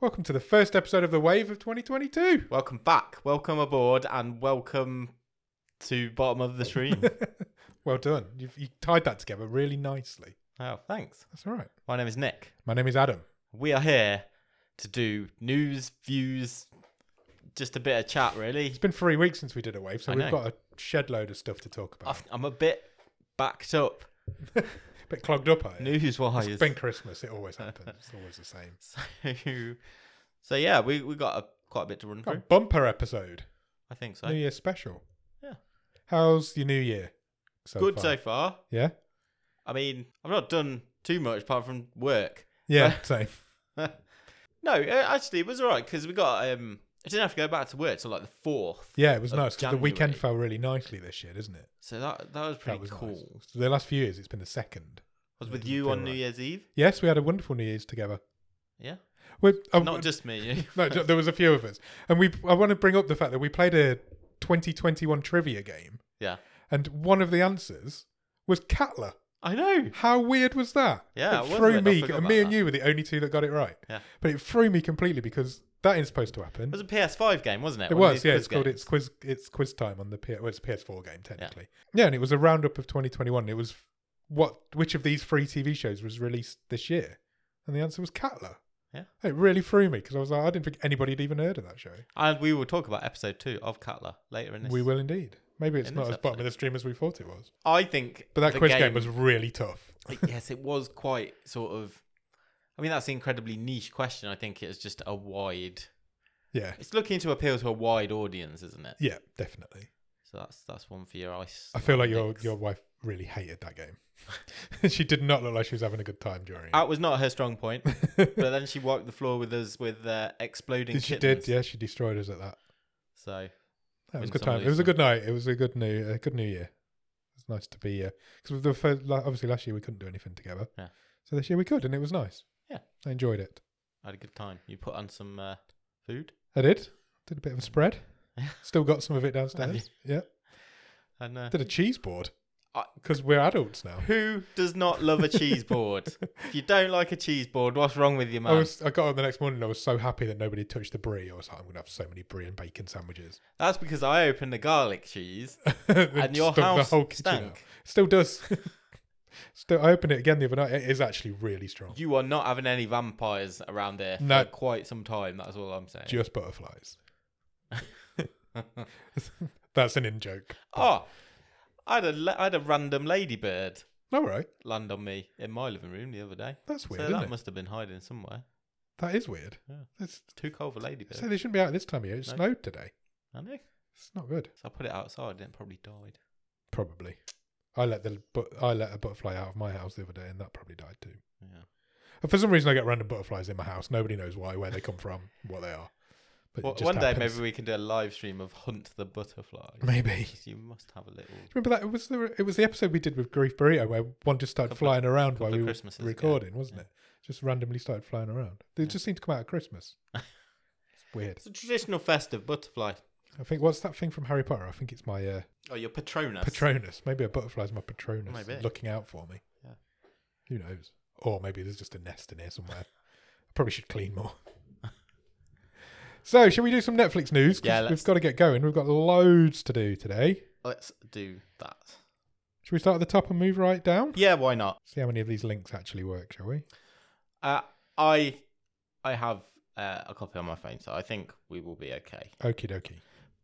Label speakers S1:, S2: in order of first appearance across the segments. S1: Welcome to the first episode of The Wave of 2022.
S2: Welcome back. Welcome aboard and welcome to Bottom of the Stream.
S1: Well done. You've, you tied that together really nicely.
S2: oh, thanks.
S1: That's all right.
S2: My name is Nick.
S1: My name is Adam.
S2: We are here to do news, views, just a bit of chat, really.
S1: It's been three weeks since we did a wave, so
S2: I
S1: we've
S2: know.
S1: got a shed load of stuff to talk about.
S2: I've- I'm a bit backed up
S1: A bit clogged up, are you?
S2: news wise.
S1: It's been Christmas. It always happens. It's always the same.
S2: So, so yeah, we we got a, quite a bit to run
S1: Got a
S2: through.
S1: bumper episode.
S2: I think so.
S1: New Year special.
S2: Yeah.
S1: How's your new year? So
S2: Good
S1: far?
S2: so far.
S1: Yeah?
S2: I mean, I've not done too much apart from work.
S1: Yeah, same.
S2: no, uh, actually, it was all right because we got. Um, I didn't have to go back to work till like the fourth.
S1: Yeah, it was
S2: Of
S1: nice 'cause the weekend
S2: January.
S1: fell really nicely this year, didn't it?
S2: So that that was pretty
S1: that was
S2: cool.
S1: nice. So the last few years, it's been the second.
S2: I was
S1: It
S2: with
S1: didn't
S2: you
S1: feel
S2: on New
S1: right.
S2: Year's Eve.
S1: Yes, we had a wonderful New Year's together.
S2: Yeah,
S1: We, oh,
S2: not just me. You.
S1: no, ju- there was a few of us, and we. I want to bring up the fact that we played a 2021 trivia game,
S2: yeah,
S1: and one of the answers was Catler.
S2: I know.
S1: How weird was that?
S2: Yeah,
S1: it
S2: it was
S1: threw
S2: weird. I
S1: me.
S2: forgot
S1: And
S2: about
S1: me and
S2: that.
S1: you were the only two that got it right.
S2: Yeah.
S1: but it threw me completely because that is supposed to happen.
S2: It was a PS5 game, wasn't it?
S1: It
S2: One of
S1: was,
S2: these
S1: yeah.
S2: quiz
S1: It's called
S2: games.
S1: it's quiz it's quiz time on the P- well, it's a PS4 game technically. Yeah. and it was a roundup of 2021. It was what which of these free TV shows was released this year, and the answer was Catler.
S2: Yeah.
S1: it really threw me because I was like, I didn't think anybody had even heard of that show.
S2: And we will talk about episode two of Cutler later in this.
S1: We will indeed. Maybe it's
S2: in
S1: not
S2: this
S1: as bottom
S2: episode.
S1: of the stream as we thought it was,
S2: I think.
S1: but that
S2: the
S1: quiz game, was really tough.
S2: yes, it was quite sort of. I mean, that's an incredibly niche question. I think it's just a wide.
S1: Yeah,
S2: It's looking to appeal to a wide audience, isn't it?
S1: yeah, definitely.
S2: So that's that's one for your ice.
S1: I feel like your
S2: Olympics.
S1: your wife really hated that game. she did not look like she was having a good time during.
S2: That was not her strong point, but
S1: it.
S2: then she wiped the floor with us with uh, exploding
S1: she
S2: kittens.
S1: did. Yeah, she destroyed us at that.
S2: So
S1: That was
S2: Win
S1: a good
S2: some,
S1: time. It
S2: lose
S1: was a
S2: some.
S1: good night. It was a good new, a good new year. It's nice to be because the first, like, obviously last year we couldn't do anything together.
S2: Yeah.
S1: So this year we could, and it was nice.
S2: Yeah.
S1: I enjoyed it.
S2: I had a good time. You put on some uh, food.
S1: I did. Did a bit of a spread. Still got some of it downstairs. Yeah.
S2: And uh,
S1: Did a cheese board
S2: I-
S1: because we're adults now.
S2: who does not love a cheese board? if you don't like a cheese board, what's wrong with you,
S1: I
S2: man?
S1: was. I got up the next morning. and I was so happy that nobody touched the brie. I was like, I'm gonna have so many brie and bacon sandwiches.
S2: That's because I opened the garlic cheese and your
S1: Stuck the
S2: house
S1: whole kitchen out.
S2: stank.
S1: Still does. Still, I opened it again the other night. It is actually really strong.
S2: You are not having any vampires around there for
S1: No.
S2: quite some time. That's all I'm saying.
S1: just butterflies. That's an in joke.
S2: oh, I had a la- I had a random ladybird
S1: All right,
S2: land on me in my living room the other day.
S1: that's weird,
S2: so
S1: isn't
S2: that
S1: it?
S2: must have been hiding somewhere.
S1: That is weird.
S2: Yeah.
S1: That's,
S2: Too cold for ladybirds.
S1: so they shouldn't be out this time of year. It
S2: No.
S1: snowed today.
S2: I know.
S1: It's not good.
S2: So I put it outside and it probably died.
S1: Probably. I let the but I let a butterfly out of my house the other day, and that probably died too.
S2: Yeah.
S1: And for some reason, I get random butterflies in my house. Nobody knows why, where they come from, what they are. But it
S2: Well,
S1: just
S2: one day
S1: happens.
S2: maybe we can do a live stream of Hunt the Butterfly.
S1: maybe.
S2: 'Cause You must have a little.
S1: Remember that it was the it was the episode we did with Grief Burrito where one just started
S2: Couple of-
S1: flying around
S2: couple
S1: while
S2: of
S1: we were
S2: Christmases ago.
S1: recording, wasn't
S2: Yeah.
S1: it? Just randomly started flying around. They
S2: Yeah.
S1: just seemed to come out at Christmas. it's weird.
S2: It's a traditional festive butterfly.
S1: I think what's that thing from Harry Potter? I think it's my uh,
S2: Oh, your Patronus.
S1: Patronus. Maybe a butterfly's my Patronus
S2: Maybe.
S1: looking out for me.
S2: Yeah.
S1: Who knows? Or maybe there's just a nest in here somewhere. I probably should clean more. so, shall we do some Netflix news? 'Cause
S2: Yeah,
S1: we've
S2: let's-
S1: got to get going. We've got loads to do today.
S2: Let's do that.
S1: Should we start at the top and move right down?
S2: Yeah, why not?
S1: See how many of these links actually work, shall we?
S2: Uh, I, I have uh, a copy on my phone, so I think we will be okay.
S1: Okie dokie.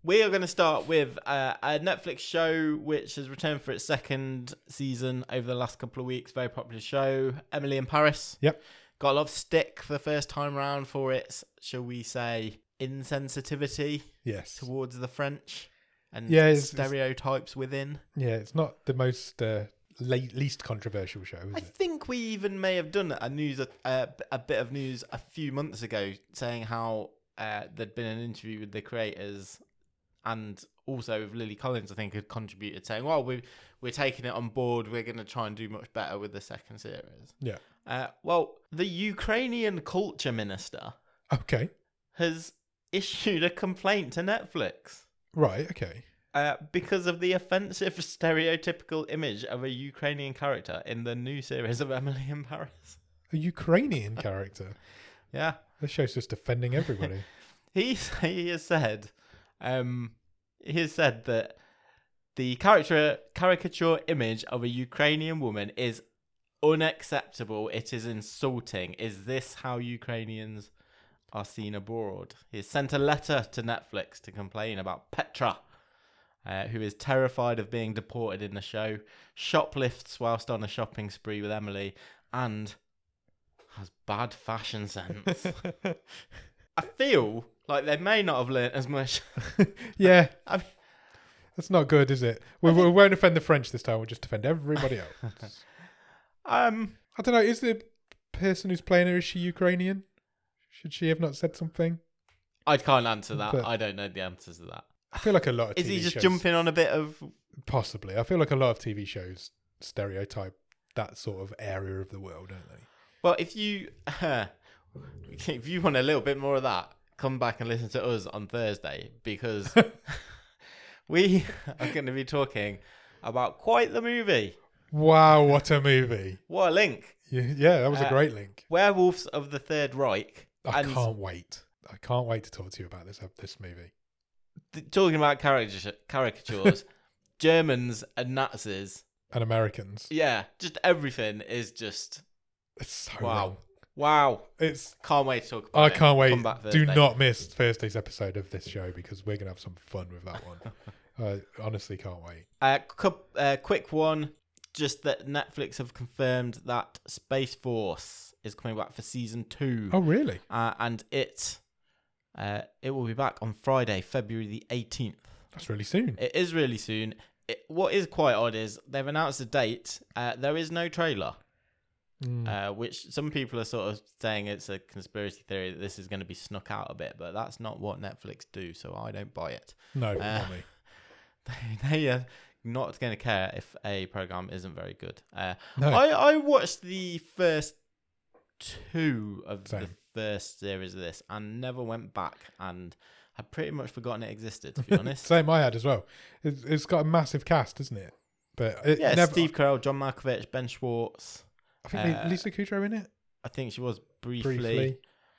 S2: We are going to start with uh, a Netflix show which has returned for its second season over the last couple of weeks. Very popular show, Emily in Paris.
S1: Yep.
S2: Got a lot of stick for the first time round for its, shall we say, insensitivity
S1: Yes.
S2: towards the French and
S1: Yeah, it's- it's-
S2: stereotypes within.
S1: Yeah, it's not the most uh, la- least controversial show, is
S2: I
S1: it?
S2: think we even may have done a news uh, a bit of news a few months ago saying how uh, there'd been an interview with the creators and also with Lily Collins. I think had contributed saying, "Well, we we're taking it on board. We're going to try and do much better with the second series."
S1: Yeah.
S2: Uh, well, the Ukrainian culture minister
S1: Okay.
S2: has issued a complaint to Netflix.
S1: Right. Okay.
S2: Uh, because of the offensive stereotypical image of a Ukrainian character in the new series of Emily in Paris.
S1: A Ukrainian character.
S2: Yeah.
S1: This show's just offending everybody.
S2: he he has said, um, he has said that the character caricature image of a Ukrainian woman is unacceptable. It is insulting. Is this how Ukrainians are seen abroad? He has sent a letter to Netflix to complain about Petra. Uh, who is terrified of being deported in the show, shoplifts whilst on a shopping spree with Emily, and has bad fashion sense. I feel like they may not have learnt as much.
S1: yeah,
S2: I mean,
S1: that's not good, is it? We,
S2: I think-
S1: we won't offend the French this time. We'll just offend everybody else.
S2: um,
S1: I don't know. Is the person who's playing her is she Ukrainian? Should she have not said something?
S2: I can't answer that.
S1: But-
S2: I don't know the answers to that.
S1: I feel like a lot of
S2: Is
S1: TV
S2: he just
S1: shows-
S2: jumping on a bit of?
S1: Possibly, I feel like a lot of TV shows stereotype that sort of area of the world, don't they?
S2: Well, if you if you want a little bit more of that, come back and listen to us on Thursday because we are going to be talking about quite the movie.
S1: Wow, what a movie!
S2: What a link!
S1: Y- Yeah, that was a
S2: Uh,
S1: great link.
S2: Werewolves of the Third Reich.
S1: I
S2: and-
S1: can't wait. I can't wait to talk to you about this uh, this movie.
S2: th- talking about caricature, caricatures, Germans and Nazis.
S1: And Americans,
S2: Yeah, just everything is just
S1: it's so
S2: Wow.
S1: wrong.
S2: wow.
S1: It's
S2: Can't wait to talk about
S1: I
S2: it.
S1: can't wait.
S2: Come back
S1: Do
S2: Thursday.
S1: not miss Thursday's episode of this show because we're gonna have some fun with that one. I honestly can't wait.
S2: Uh, cup, uh, quick one. Just that Netflix have confirmed that Space Force is coming back for season two,
S1: Oh really?
S2: uh, and it uh, it will be back on Friday, February the eighteenth.
S1: That's really soon.
S2: It is really soon. It, what is quite odd is they've announced a date. Uh, there is no trailer.
S1: Mm.
S2: uh, which some people are sort of saying it's a conspiracy theory that this is going to be snuck out a bit, but that's not what Netflix do, so I don't buy it.
S1: no,
S2: uh,
S1: not me.
S2: they are not going to care if a program isn't very good. Uh,
S1: No.
S2: I I watched the first two of the
S1: Same.
S2: first series of this and never went back and. had pretty much forgotten it existed, to be honest.
S1: Same I had as well. It's, it's got a massive cast, isn't it? But it
S2: yeah,
S1: never,
S2: Steve Carell, John Malkovich, Ben Schwartz.
S1: I think
S2: uh,
S1: Lisa Kudrow in it
S2: I think she was briefly.
S1: briefly.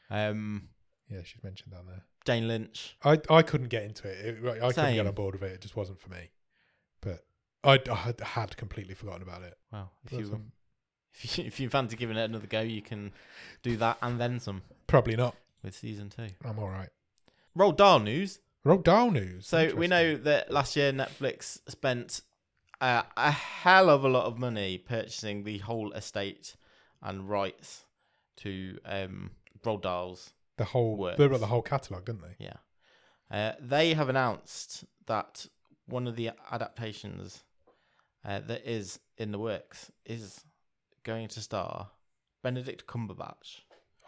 S2: Um,
S1: Yeah, she's mentioned down there.
S2: Jane Lynch.
S1: I I couldn't get into it. it I couldn't
S2: Same.
S1: get on board with it. It just wasn't for me. But I, I had- had completely forgotten about it.
S2: Well, if
S1: That's,
S2: you,
S1: um,
S2: if you if you fancy giving it another go, you can do that and then some
S1: Probably not.
S2: with season two.
S1: I'm all right.
S2: Roll Dahl news.
S1: Roll down news.
S2: So we know
S1: Interesting.
S2: that last year Netflix spent uh, a hell of a lot of money purchasing the whole estate and rights to um, Roald Dahl's
S1: the whole
S2: works.
S1: they got the whole catalog, didn't they?
S2: Yeah. Uh, they have announced that one of the adaptations uh, that is in the works is going to star Benedict Cumberbatch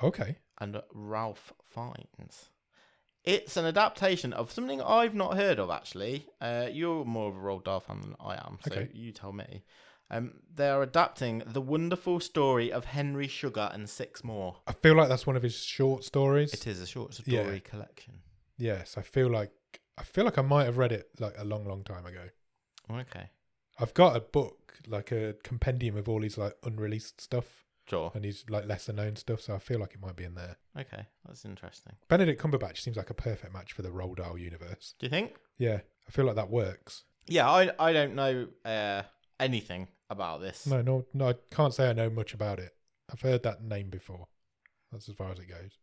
S1: Okay.
S2: and Ralph Fiennes. It's an adaptation of something I've not heard of, actually. Uh, you're more of a Roald Dahl fan than I am, so
S1: Okay.
S2: you tell me. Um, they are adapting the wonderful story of Henry Sugar and Six More.
S1: I feel like that's one of his short stories.
S2: It is a short
S1: Yeah.
S2: story collection.
S1: Yes, I feel like I feel like I might have read it like a long, long time ago.
S2: Okay,
S1: I've got a book, like a compendium of all his like unreleased stuff
S2: sure.
S1: and his like lesser known stuff, so I feel like it might be in there.
S2: Okay, that's interesting.
S1: Benedict Cumberbatch seems like a perfect match for the Roald Dahl universe.
S2: Do you think?
S1: Yeah, I feel like that works.
S2: Yeah, I I don't know uh, anything about this.
S1: No, no, no, I can't say I know much about it. I've heard that name before. That's as far as it goes.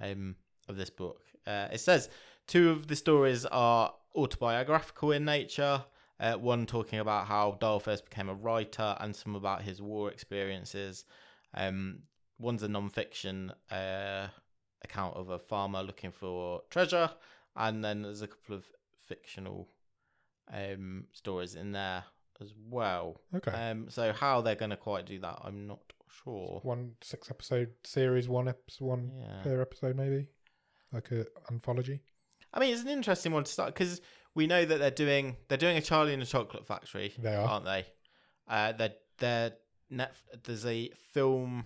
S2: um, of this book. Uh, it says two of the stories are autobiographical in nature. Uh, one talking about how Dahl first became a writer, and some about his war experiences. Um, one's a non-fiction uh, account of a farmer looking for treasure, and then there's a couple of fictional um, stories in there as well.
S1: Okay.
S2: Um, so how they're going to quite do that, I'm not sure.
S1: one six episode series, one episode, one
S2: Yeah.
S1: per episode maybe. Like a anthology.
S2: I mean, it's an interesting one to start because we know that they're doing they're doing a Charlie and the Chocolate Factory,
S1: They are.
S2: aren't they? Uh, they're they're net, there's a film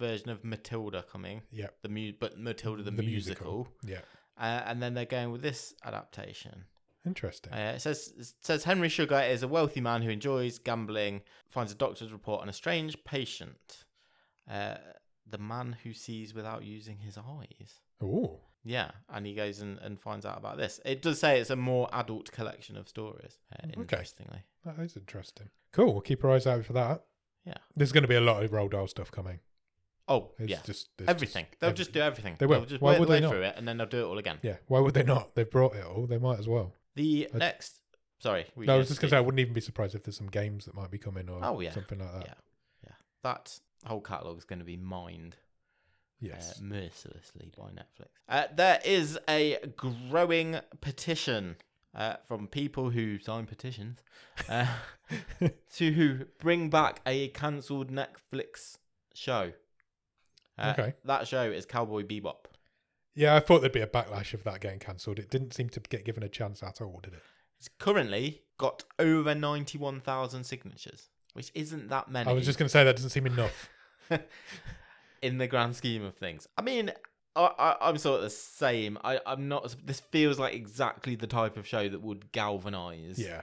S2: version of Matilda coming,
S1: Yeah.
S2: the mu- but Matilda the,
S1: The
S2: musical,
S1: musical. Yeah.
S2: Uh, and then they're going with this adaptation.
S1: Interesting.
S2: Uh, it says it says Henry Sugar is a wealthy man who enjoys gambling, finds a doctor's report on a strange patient. Uh, the man who sees without using his eyes.
S1: Oh,
S2: Yeah, and he goes and, and finds out about this. It does say it's a more adult collection of stories, uh,
S1: Mm-hmm. Okay.
S2: interestingly.
S1: that is interesting. Cool. We'll keep our eyes out for that.
S2: Yeah.
S1: There's going to be a lot of Roald Dahl stuff coming.
S2: Oh,
S1: It's
S2: yeah.
S1: just it's
S2: everything. they'll just do everything.
S1: They will.
S2: They'll just
S1: Why
S2: work
S1: would
S2: their
S1: they
S2: way
S1: not?
S2: through it and then they'll do it all again.
S1: Yeah. Why would they not? They've brought it all. They might as well.
S2: The
S1: I-
S2: next. Sorry. were you
S1: No, I
S2: gonna
S1: was just going
S2: speak?
S1: to say I wouldn't even be surprised if there's some games that might be coming or
S2: Oh, yeah.
S1: something like that.
S2: Yeah. That whole catalogue is going to be mined
S1: Yes.
S2: uh, mercilessly by Netflix. Uh, there is a growing petition uh, from people who sign petitions uh, to bring back a cancelled Netflix show. Uh,
S1: Okay.
S2: That show is Cowboy Bebop.
S1: yeah, I thought there'd be a backlash of that getting cancelled. It didn't seem to get given a chance at all, did it?
S2: It's currently got over 91,000 signatures, which isn't that many.
S1: I was just going to say that doesn't seem enough.
S2: in the grand scheme of things. I mean, I, I, I'm sort of the same. I, I'm not. This feels like exactly the type of show that would galvanize
S1: yeah.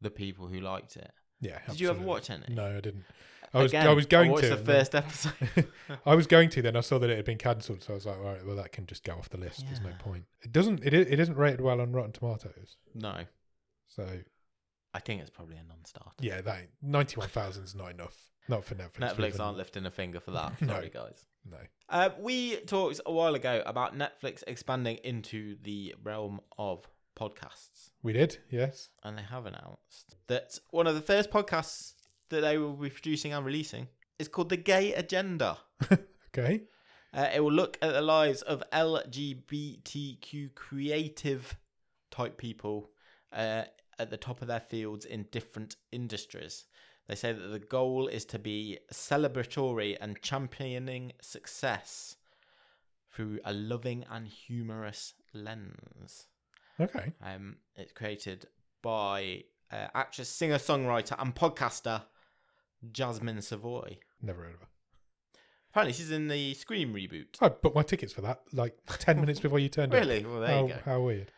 S2: the people who liked it.
S1: Yeah.
S2: Did you ever
S1: absolutely.
S2: watch any?
S1: No, I didn't. I was
S2: Again,
S1: I was going
S2: watched
S1: to.
S2: the
S1: and then-
S2: first episode.
S1: I was going to then I saw that it had been cancelled, so I was like, all right, well that can just go off the list. There's no
S2: Yeah.
S1: point. It doesn't. It i- it isn't rated well on Rotten Tomatoes,
S2: no,
S1: so
S2: I think it's probably a non-starter.
S1: yeah, that ninety one thousand is not enough. Not for Netflix.
S2: Netflix
S1: even.
S2: aren't lifting a finger for that.
S1: No.
S2: Sorry, guys.
S1: No.
S2: Uh, we talked a while ago about Netflix expanding into the realm of podcasts.
S1: We did. Yes.
S2: and they have announced that one of the first podcasts that they will be producing and releasing is called The Gay Agenda.
S1: Okay.
S2: Uh, it will look at the lives of LGBTQ creative type people uh, at the top of their fields in different industries. They say that the goal is to be celebratory and championing success through a loving and humorous lens.
S1: Okay.
S2: Um, it's created by uh, actress, singer, songwriter, and podcaster Jasmine Savoy.
S1: Never heard of her.
S2: Apparently, she's in the Scream reboot.
S1: I booked my tickets for that like ten minutes before you turned up.
S2: Really? Well, there
S1: how,
S2: you go.
S1: How weird.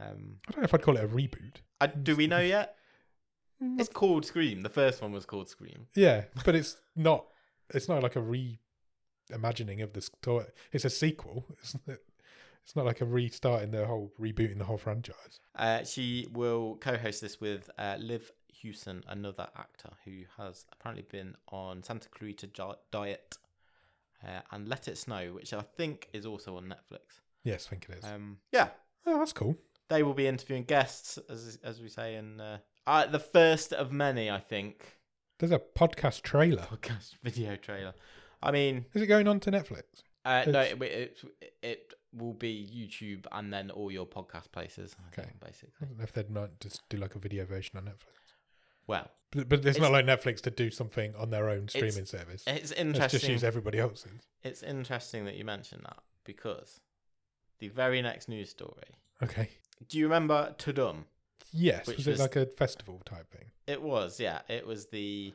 S2: Um,
S1: I don't know if I'd call it a reboot.
S2: I, do we know yet? It's called Scream. The first one was called Scream.
S1: Yeah, but it's not. It's not like a reimagining of the story. It's a sequel. It's not, it's not like a restarting the whole rebooting the whole franchise.
S2: Uh, she will co-host this with uh, Liv Hewson, another actor who has apparently been on Santa Clarita Gi- Diet uh, and Let It Snow, which I think is also on Netflix.
S1: Yes, I think it is.
S2: Um, yeah,
S1: oh, that's cool.
S2: they will be interviewing guests as as we say in uh, uh the first of many i think
S1: There's a podcast trailer.
S2: podcast video trailer i mean
S1: Is it going on to Netflix?
S2: uh, no
S1: It's-
S2: it, it it will be youtube and then all your podcast places I
S1: Okay.
S2: think,
S1: I
S2: basically
S1: don't know if they might just do like a video version on Netflix.
S2: well
S1: But, but it's,
S2: It's-
S1: not like Netflix to do something on their own streaming service.
S2: it's
S1: Let's just
S2: interesting
S1: use everybody else's.
S2: it's interesting that you mentioned that because the very next news story
S1: Okay.
S2: do you remember tudum
S1: Yes.
S2: Which
S1: was it
S2: was-
S1: like a festival type thing?
S2: it was yeah it was the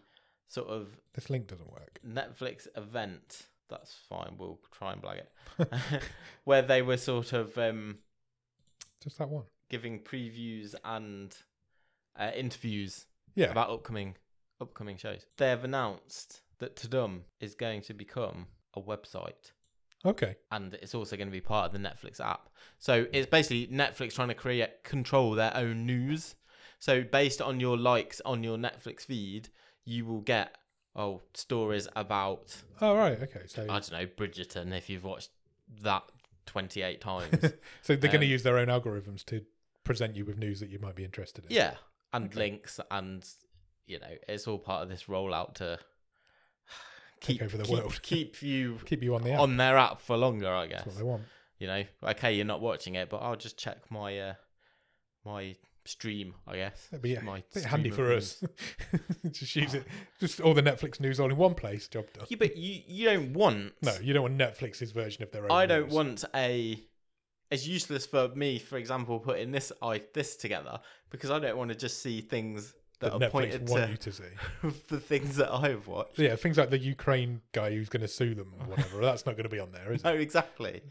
S2: sort of
S1: This link doesn't work.
S2: Netflix event. That's fine. We'll try and blag it. Where they were sort of um,
S1: Just that one.
S2: giving previews and uh, interviews
S1: Yeah.
S2: about upcoming upcoming shows. They have announced that Tudum is going to become a website,
S1: Okay.
S2: and it's also going to be part of the Netflix app. So it's basically Netflix trying to create control their own news. So based on your likes on your Netflix feed, you will get oh stories about
S1: All right. Okay. So
S2: I don't know, Bridgerton, if you've watched that 28 times.
S1: So they're going to
S2: Um,
S1: use their own algorithms to present you with news that you might be interested in.
S2: yeah. And
S1: Okay.
S2: links, and, you know, it's all part of this rollout to keep,
S1: over the
S2: keep,
S1: world.
S2: keep you
S1: Keep you on the app.
S2: on their app for longer, I guess.
S1: That's what they want.
S2: You know, okay, you're not watching it, but I'll just check my, uh, my stream, I guess.
S1: That'd be a
S2: my
S1: bit
S2: stream
S1: handy
S2: of
S1: for
S2: news. Ah.
S1: us. just use it. Just all the Netflix news all in one place. Job done.
S2: Yeah, but you, you don't want.
S1: No, you don't want Netflix's version of their own.
S2: I don't
S1: news.
S2: want a. It's useless for me, for example, putting this I this together because I don't want to just see things that,
S1: that
S2: are pointed
S1: Netflix want you
S2: to
S1: to see.
S2: the things that I've watched.
S1: Yeah, things like the Ukraine guy who's going to sue them or whatever. that's not going to be on there, is
S2: No,
S1: it?
S2: exactly.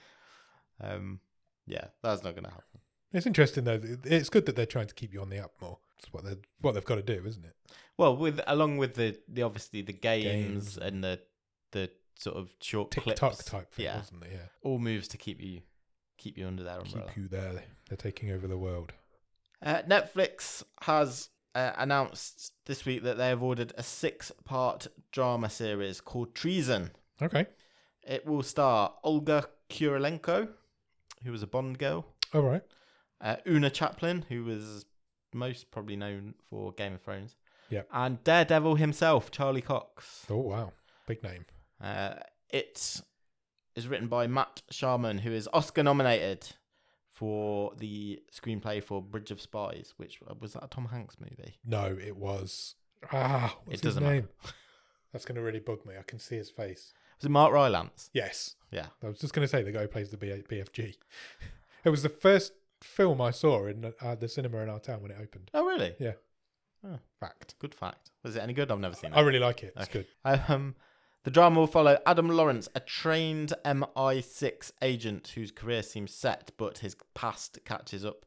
S2: Um, yeah, that's not going to happen.
S1: It's interesting though. It's good that they're trying to keep you on the app more. It's what they are what they've got to do, isn't it?
S2: Well, with along with the, the obviously the games,
S1: Games.
S2: and the the sort of short
S1: TikTok
S2: clips.
S1: type thing,
S2: Yeah.
S1: wasn't it? Yeah.
S2: All moves to keep you keep you under their umbrella.
S1: Keep you there. They're taking over the world.
S2: Uh, Netflix has uh, announced this week that they have ordered a six-part drama series called Treason.
S1: Okay.
S2: It will star Olga Kurylenko, who was a Bond girl,
S1: All right.
S2: uh, Una Chaplin, who was most probably known for Game of Thrones,
S1: Yep.
S2: and Daredevil himself, Charlie Cox.
S1: Oh wow. Big name.
S2: Uh, it is written by Matt Sharman, who is Oscar nominated for the screenplay for Bridge of Spies, which uh, was that a Tom Hanks movie?
S1: No, it was. Ah, what's
S2: It doesn't
S1: his
S2: matter.
S1: name? That's going to really bug me. I can see his face.
S2: Was it Mark Rylance?
S1: Yes.
S2: Yeah.
S1: I was just going to say the guy who plays the B- BFG. It was the first film I saw in uh, the cinema in our town when it opened.
S2: Oh, really?
S1: Yeah.
S2: Oh.
S1: Fact.
S2: Good fact. Was it any good? I've never seen
S1: I
S2: it.
S1: really like it. It's good.
S2: Um, the drama will follow Adam Lawrence, a trained MI6 agent whose career seems set, but his past catches up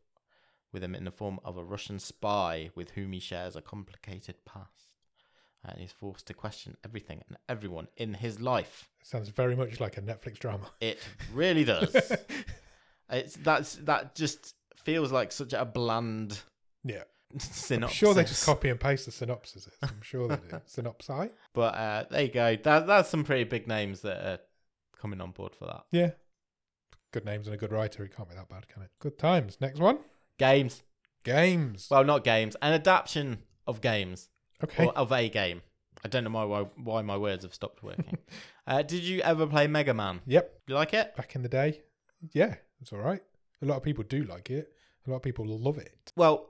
S2: with him in the form of a Russian spy with whom he shares a complicated past. And he's forced to question everything and everyone in his life.
S1: It sounds very much like a Netflix drama.
S2: It really does. it's that's that just feels like such a bland
S1: Yeah.
S2: synopsis.
S1: I'm sure they just copy and paste the synopsis. I'm sure they do. Synopsi?
S2: But uh, there you go. That that's some pretty big names that are coming on board for that.
S1: Yeah. Good names and a good writer. It can't be that bad, can it? Good times. Next one.
S2: Games.
S1: Games.
S2: Well, not games. An adaptation of games
S1: okay.
S2: or of a game. I don't know my, why, why my words have stopped working. uh, did you ever play Mega Man?
S1: yep.
S2: You like it?
S1: Back in the day. Yeah. It's all right. A lot of people do like it. A lot of people love it.
S2: Well,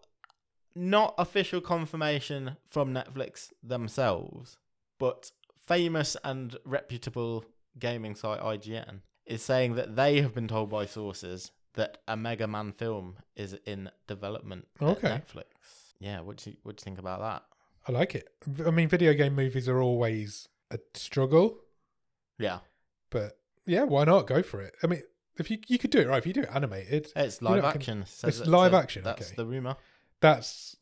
S2: not official confirmation from Netflix themselves, but famous and reputable gaming site IGN is saying that they have been told by sources that a Mega Man film is in development
S1: Okay.
S2: at Netflix. Yeah, what do you, what do you think about that?
S1: I like it. V- I mean, video game movies are always a struggle,
S2: Yeah,
S1: but yeah, why not go for it? I mean, if you you could do it right, if you do it animated,
S2: it's
S1: know,
S2: live
S1: I can-
S2: action. says
S1: it's
S2: it-
S1: live
S2: says
S1: action,
S2: That's
S1: okay.
S2: the rumor.
S1: that's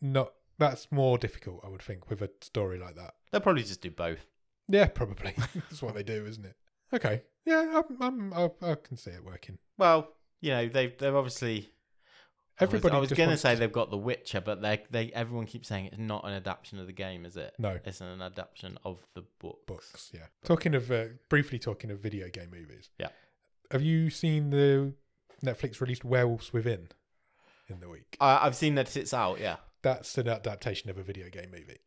S1: not that's more difficult, I would think, with a story like that.
S2: They'll probably just do both.
S1: Yeah, probably. that's what they do, isn't it? Okay. Yeah, I'm, I'm, I, I can see it working.
S2: Well, you know, they they've obviously. I was-
S1: Everybody.
S2: I was,
S1: just
S2: going to
S1: wants
S2: say they've got The Witcher, but they they everyone keeps saying it's not an adaptation of the game, is it?
S1: no
S2: It's an adaptation of the book.
S1: books. Yeah. Talking of uh, briefly talking of video game movies.
S2: Yeah.
S1: Have you seen the Netflix released Werewolves Within in the week?
S2: I, I've seen that it's out. Yeah.
S1: that's an adaptation of a video game movie.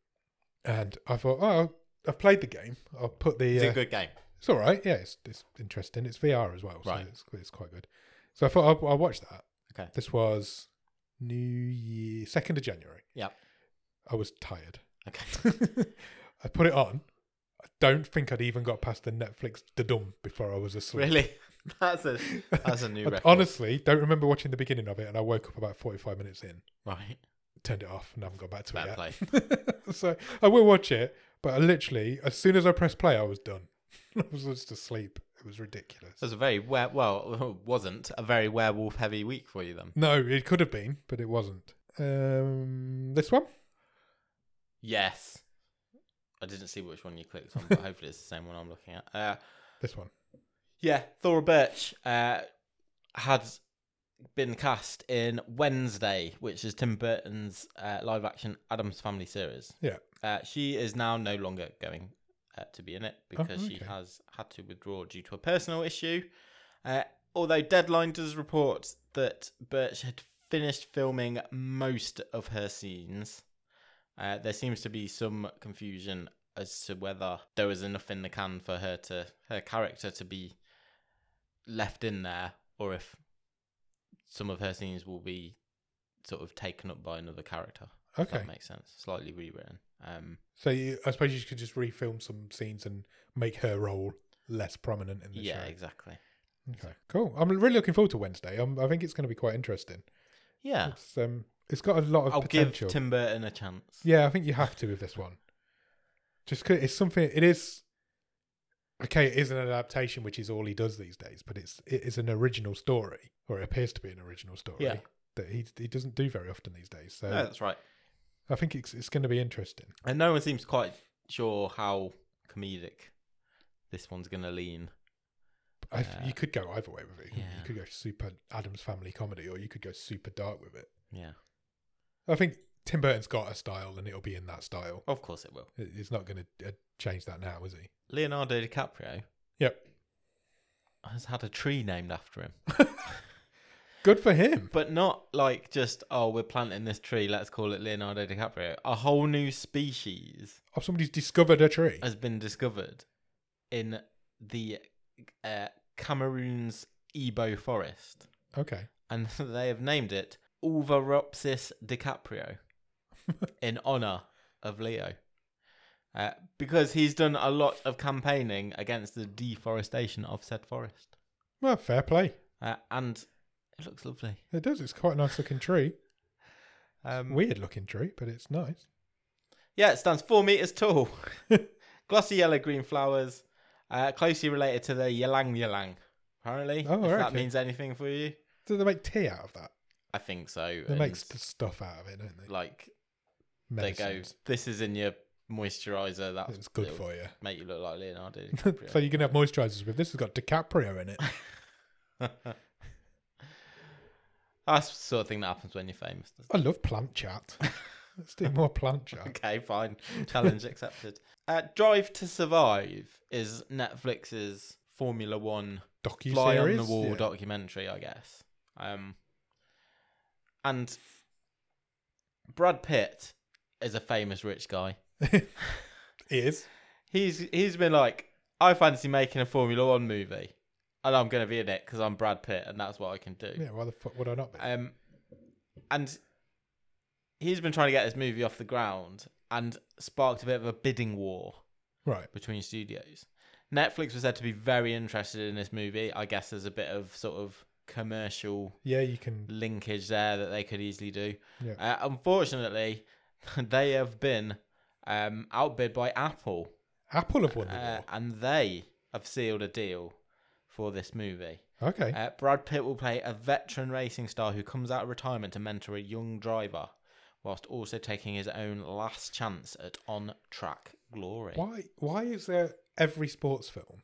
S1: And I thought, oh, I've played the game. I'll put the.
S2: It's
S1: uh,
S2: a good game.
S1: it's all right. Yeah, it's, it's interesting. It's VR as well, so
S2: Right.
S1: it's, it's quite good. So I thought I'll, I'll watch that.
S2: Okay.
S1: This was New Year, second of January.
S2: Yep.
S1: I was tired.
S2: Okay.
S1: I put it on. I don't think I'd even got past the Netflix dum before I was asleep.
S2: really? That's a that's a new
S1: I
S2: record.
S1: honestly don't remember watching the beginning of it, and I woke up about forty-five minutes in,
S2: Right.
S1: turned it off, and haven't gone back to it
S2: Fair
S1: yet.
S2: play.
S1: so I will watch it, but I literally, as soon as I pressed play, I was done. I was just asleep. It was ridiculous.
S2: It was a very were- well wasn't a very werewolf heavy week for you then.
S1: No, it could have been, but it wasn't. Um, this one?
S2: Yes. I didn't see which one you clicked on, but hopefully it's the same one I'm looking at. Uh,
S1: This one.
S2: Yeah, Thora Birch uh, had been cast in Wednesday, which is Tim Burton's uh, live action Adams Family series.
S1: Yeah.
S2: Uh, she is now no longer going uh, to be in it because she
S1: Oh, okay.
S2: has had to withdraw due to a personal issue. Uh, although Deadline does report that Birch had finished filming most of her scenes, uh, there seems to be some confusion as to whether there was enough in the can for her to her character to be left in there, or if some of her scenes will be sort of taken up by another character. If
S1: Okay.
S2: that makes sense. Slightly rewritten. Um,
S1: So you, I suppose you could just refilm some scenes and make her role less prominent in the
S2: yeah,
S1: show.
S2: exactly.
S1: Okay, cool. I'm really looking forward to Wednesday. Um, I think it's going to be quite interesting.
S2: Yeah,
S1: It's, um, it's got a lot of
S2: I'll
S1: potential.
S2: give Tim Burton a chance.
S1: Yeah, I think you have to with this one. Just 'cause it's something. It is okay. It is an adaptation, which is all he does these days. But it's it is an original story, or it appears to be an original story
S2: Yeah.
S1: that he he doesn't do very often these days. So
S2: No, that's right.
S1: I think it's it's going to be interesting.
S2: And no one seems quite sure how comedic this one's gonna lean.
S1: I,
S2: Yeah.
S1: you could go either way with it. You
S2: Yeah.
S1: could go super Adams Family comedy, or you could go super dark with it.
S2: Yeah,
S1: I think Tim Burton's got a style, and it'll be in that style.
S2: of course it will.
S1: It- It's not going to uh, change that now, is he?
S2: Leonardo DiCaprio
S1: Yep.
S2: has had a tree named after him,
S1: Good for him.
S2: but not like just oh we're planting this tree, let's call it Leonardo DiCaprio. A whole new species
S1: Oh, somebody's discovered a tree.
S2: has been discovered in the uh, Cameroon's Ebo forest,
S1: Okay.
S2: and they have named it Ulvaropsis DiCaprio in honor of Leo. Uh, because he's done a lot of campaigning against the deforestation of said forest.
S1: Well, fair play.
S2: Uh, and it looks lovely.
S1: It does. It's quite a nice looking tree.
S2: Um,
S1: Weird looking tree, but it's nice.
S2: yeah, it stands four meters tall. Glossy yellow green flowers, uh, closely related to the ylang ylang, apparently.
S1: Oh,
S2: if
S1: right,
S2: that
S1: okay.
S2: means anything for you.
S1: Do they make tea out of that?
S2: I think so.
S1: They
S2: and,
S1: make st- stuff out of it, don't they?
S2: like they go,
S1: Medicines.
S2: this is in your moisturizer. That's
S1: It's good
S2: it'll
S1: for you.
S2: Make you look like Leonardo
S1: so
S2: DiCaprio.
S1: you can have moisturizers with this. Has got DiCaprio in it.
S2: That's the sort of thing that happens when you're famous. doesn't
S1: I
S2: it?
S1: love plant chat. Let's do more plant chat.
S2: Okay, fine. Challenge accepted. Uh, Drive to Survive is Netflix's Formula One
S1: Docu
S2: fly
S1: series.
S2: on the wall
S1: yeah.
S2: documentary, I guess. Um, and Brad Pitt is a famous rich guy.
S1: It is.
S2: He's he's been like, I fancy making a Formula One movie, and I'm gonna be in it because I'm Brad Pitt, and that's what I can do.
S1: Yeah. Why the fuck would I not be?
S2: Um, and he's been trying to get this movie off the ground, and sparked a bit of a bidding war
S1: right.
S2: between studios. Netflix was said to be very interested in this movie. I guess there's a bit of sort of commercial
S1: Yeah. You can.
S2: linkage there that they could easily do.
S1: Yeah.
S2: Uh, unfortunately, they have been um, outbid by Apple,
S1: Apple have won the
S2: uh, and they have sealed a deal for this movie.
S1: war. Okay.
S2: Uh, Brad Pitt will play a veteran racing star who comes out of retirement to mentor a young driver, whilst also taking his own last chance at on-track glory.
S1: Why? Why is there every sports film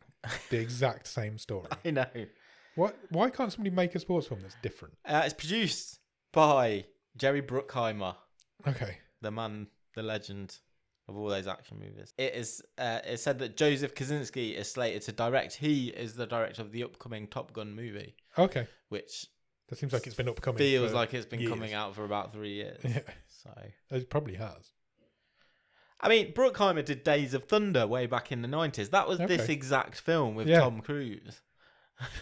S1: the exact same story?
S2: I know.
S1: What? Why can't somebody make a sports film that's different?
S2: Uh, it's produced by Jerry Bruckheimer,
S1: Okay.
S2: the man, the legend of all those action movies. It is. Uh, it said that Joseph Kaczynski is slated to direct. He is the director of the upcoming Top Gun movie,
S1: Okay.
S2: which
S1: That seems like it's been upcoming.
S2: feels
S1: for-
S2: like it's been
S1: years.
S2: coming out for about three years.
S1: Yeah,
S2: So,
S1: it probably has.
S2: I mean, Bruckheimer did Days of Thunder way back in the nineties. That was this
S1: Okay.
S2: exact film with
S1: Yeah.
S2: Tom Cruise.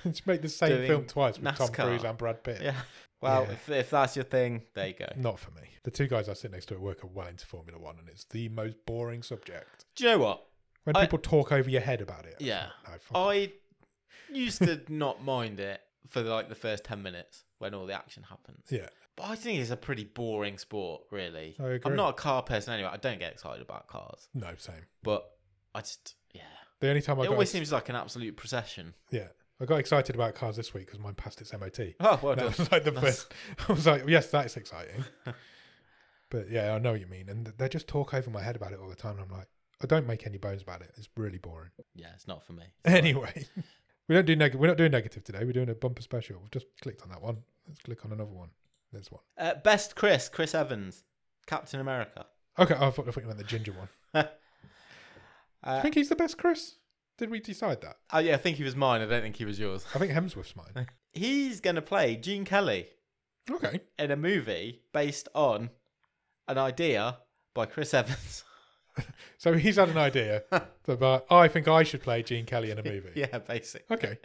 S1: Let's make the same
S2: Doing
S1: film twice with Tom
S2: NASCAR.
S1: Cruise and Brad Pitt.
S2: Yeah. Well,
S1: Yeah.
S2: If, if that's your thing, there you go.
S1: Not for me. The two guys I sit next to at work are well into Formula One, and it's the most boring subject.
S2: Do you know what?
S1: When
S2: I-
S1: people talk over your head about it.
S2: Yeah.
S1: No, fuck off.
S2: I used to not mind it for like the first 10 minutes when all the action happens.
S1: yeah.
S2: But I think it's a pretty boring sport, really.
S1: I agree.
S2: am not a car person anyway. I don't get excited about cars.
S1: No, same.
S2: But I just, yeah.
S1: The only time I
S2: it
S1: got
S2: always seems like an absolute procession.
S1: yeah, I got excited about cars this week because mine passed its MOT.
S2: Oh,
S1: That
S2: well done.
S1: was like the
S2: That's-
S1: first. I was like, yes, that's exciting. but yeah, I know what you mean, and they just talk over my head about it all the time. And I'm like, I don't make any bones about it. It's really boring.
S2: Yeah, it's not for me.
S1: Anyway, we don't do negative. We're not doing negative today. We're doing a bumper special. We've just clicked on that one. Let's click on another one. There's one.
S2: Uh, best Chris, Chris Evans, Captain America.
S1: Okay, I thought, I thought you meant the ginger one. I
S2: Uh,
S1: think he's the best, Chris. Did we decide that?
S2: oh, yeah, I think he was mine. I don't think he was yours.
S1: I think Hemsworth's mine.
S2: He's going to play Gene Kelly
S1: Okay,
S2: in a movie based on an idea by Chris Evans.
S1: so he's had an idea about. Oh, I think I should play Gene Kelly in a movie.
S2: yeah, basically.
S1: Okay.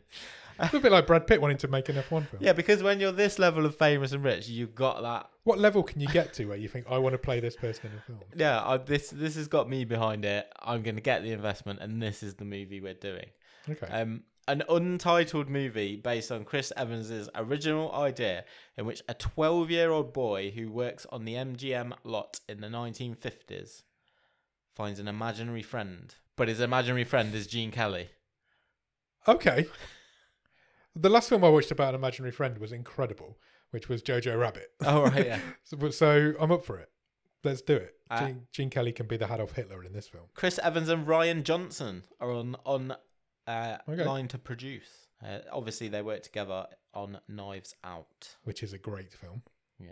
S1: A little bit like Brad Pitt wanting to make an F1 film.
S2: Yeah, because when you're this level of famous and rich, you've got that.
S1: What level can you get to where you think I want to play this person in a film?
S2: Yeah, I, this this has got me behind it. I'm going to get the investment, and this is the movie we're doing.
S1: Okay.
S2: Um, an untitled movie based on Chris Evans's original idea, in which a 12 year old boy who works on the MGM lot in the 1950s finds an imaginary friend, but his imaginary friend is Gene Kelly.
S1: Okay. The last film I watched about an imaginary friend was incredible, which was Jojo Rabbit.
S2: Oh right, yeah.
S1: So, so I'm up for it. Let's do it.
S2: Uh,
S1: Gene, Gene Kelly can be the Adolf Hitler in this film.
S2: Chris Evans and Ryan Johnson are on on uh,
S1: Okay.
S2: line to produce. Uh, obviously, they worked together on Knives Out.
S1: which is a great film.
S2: Yeah.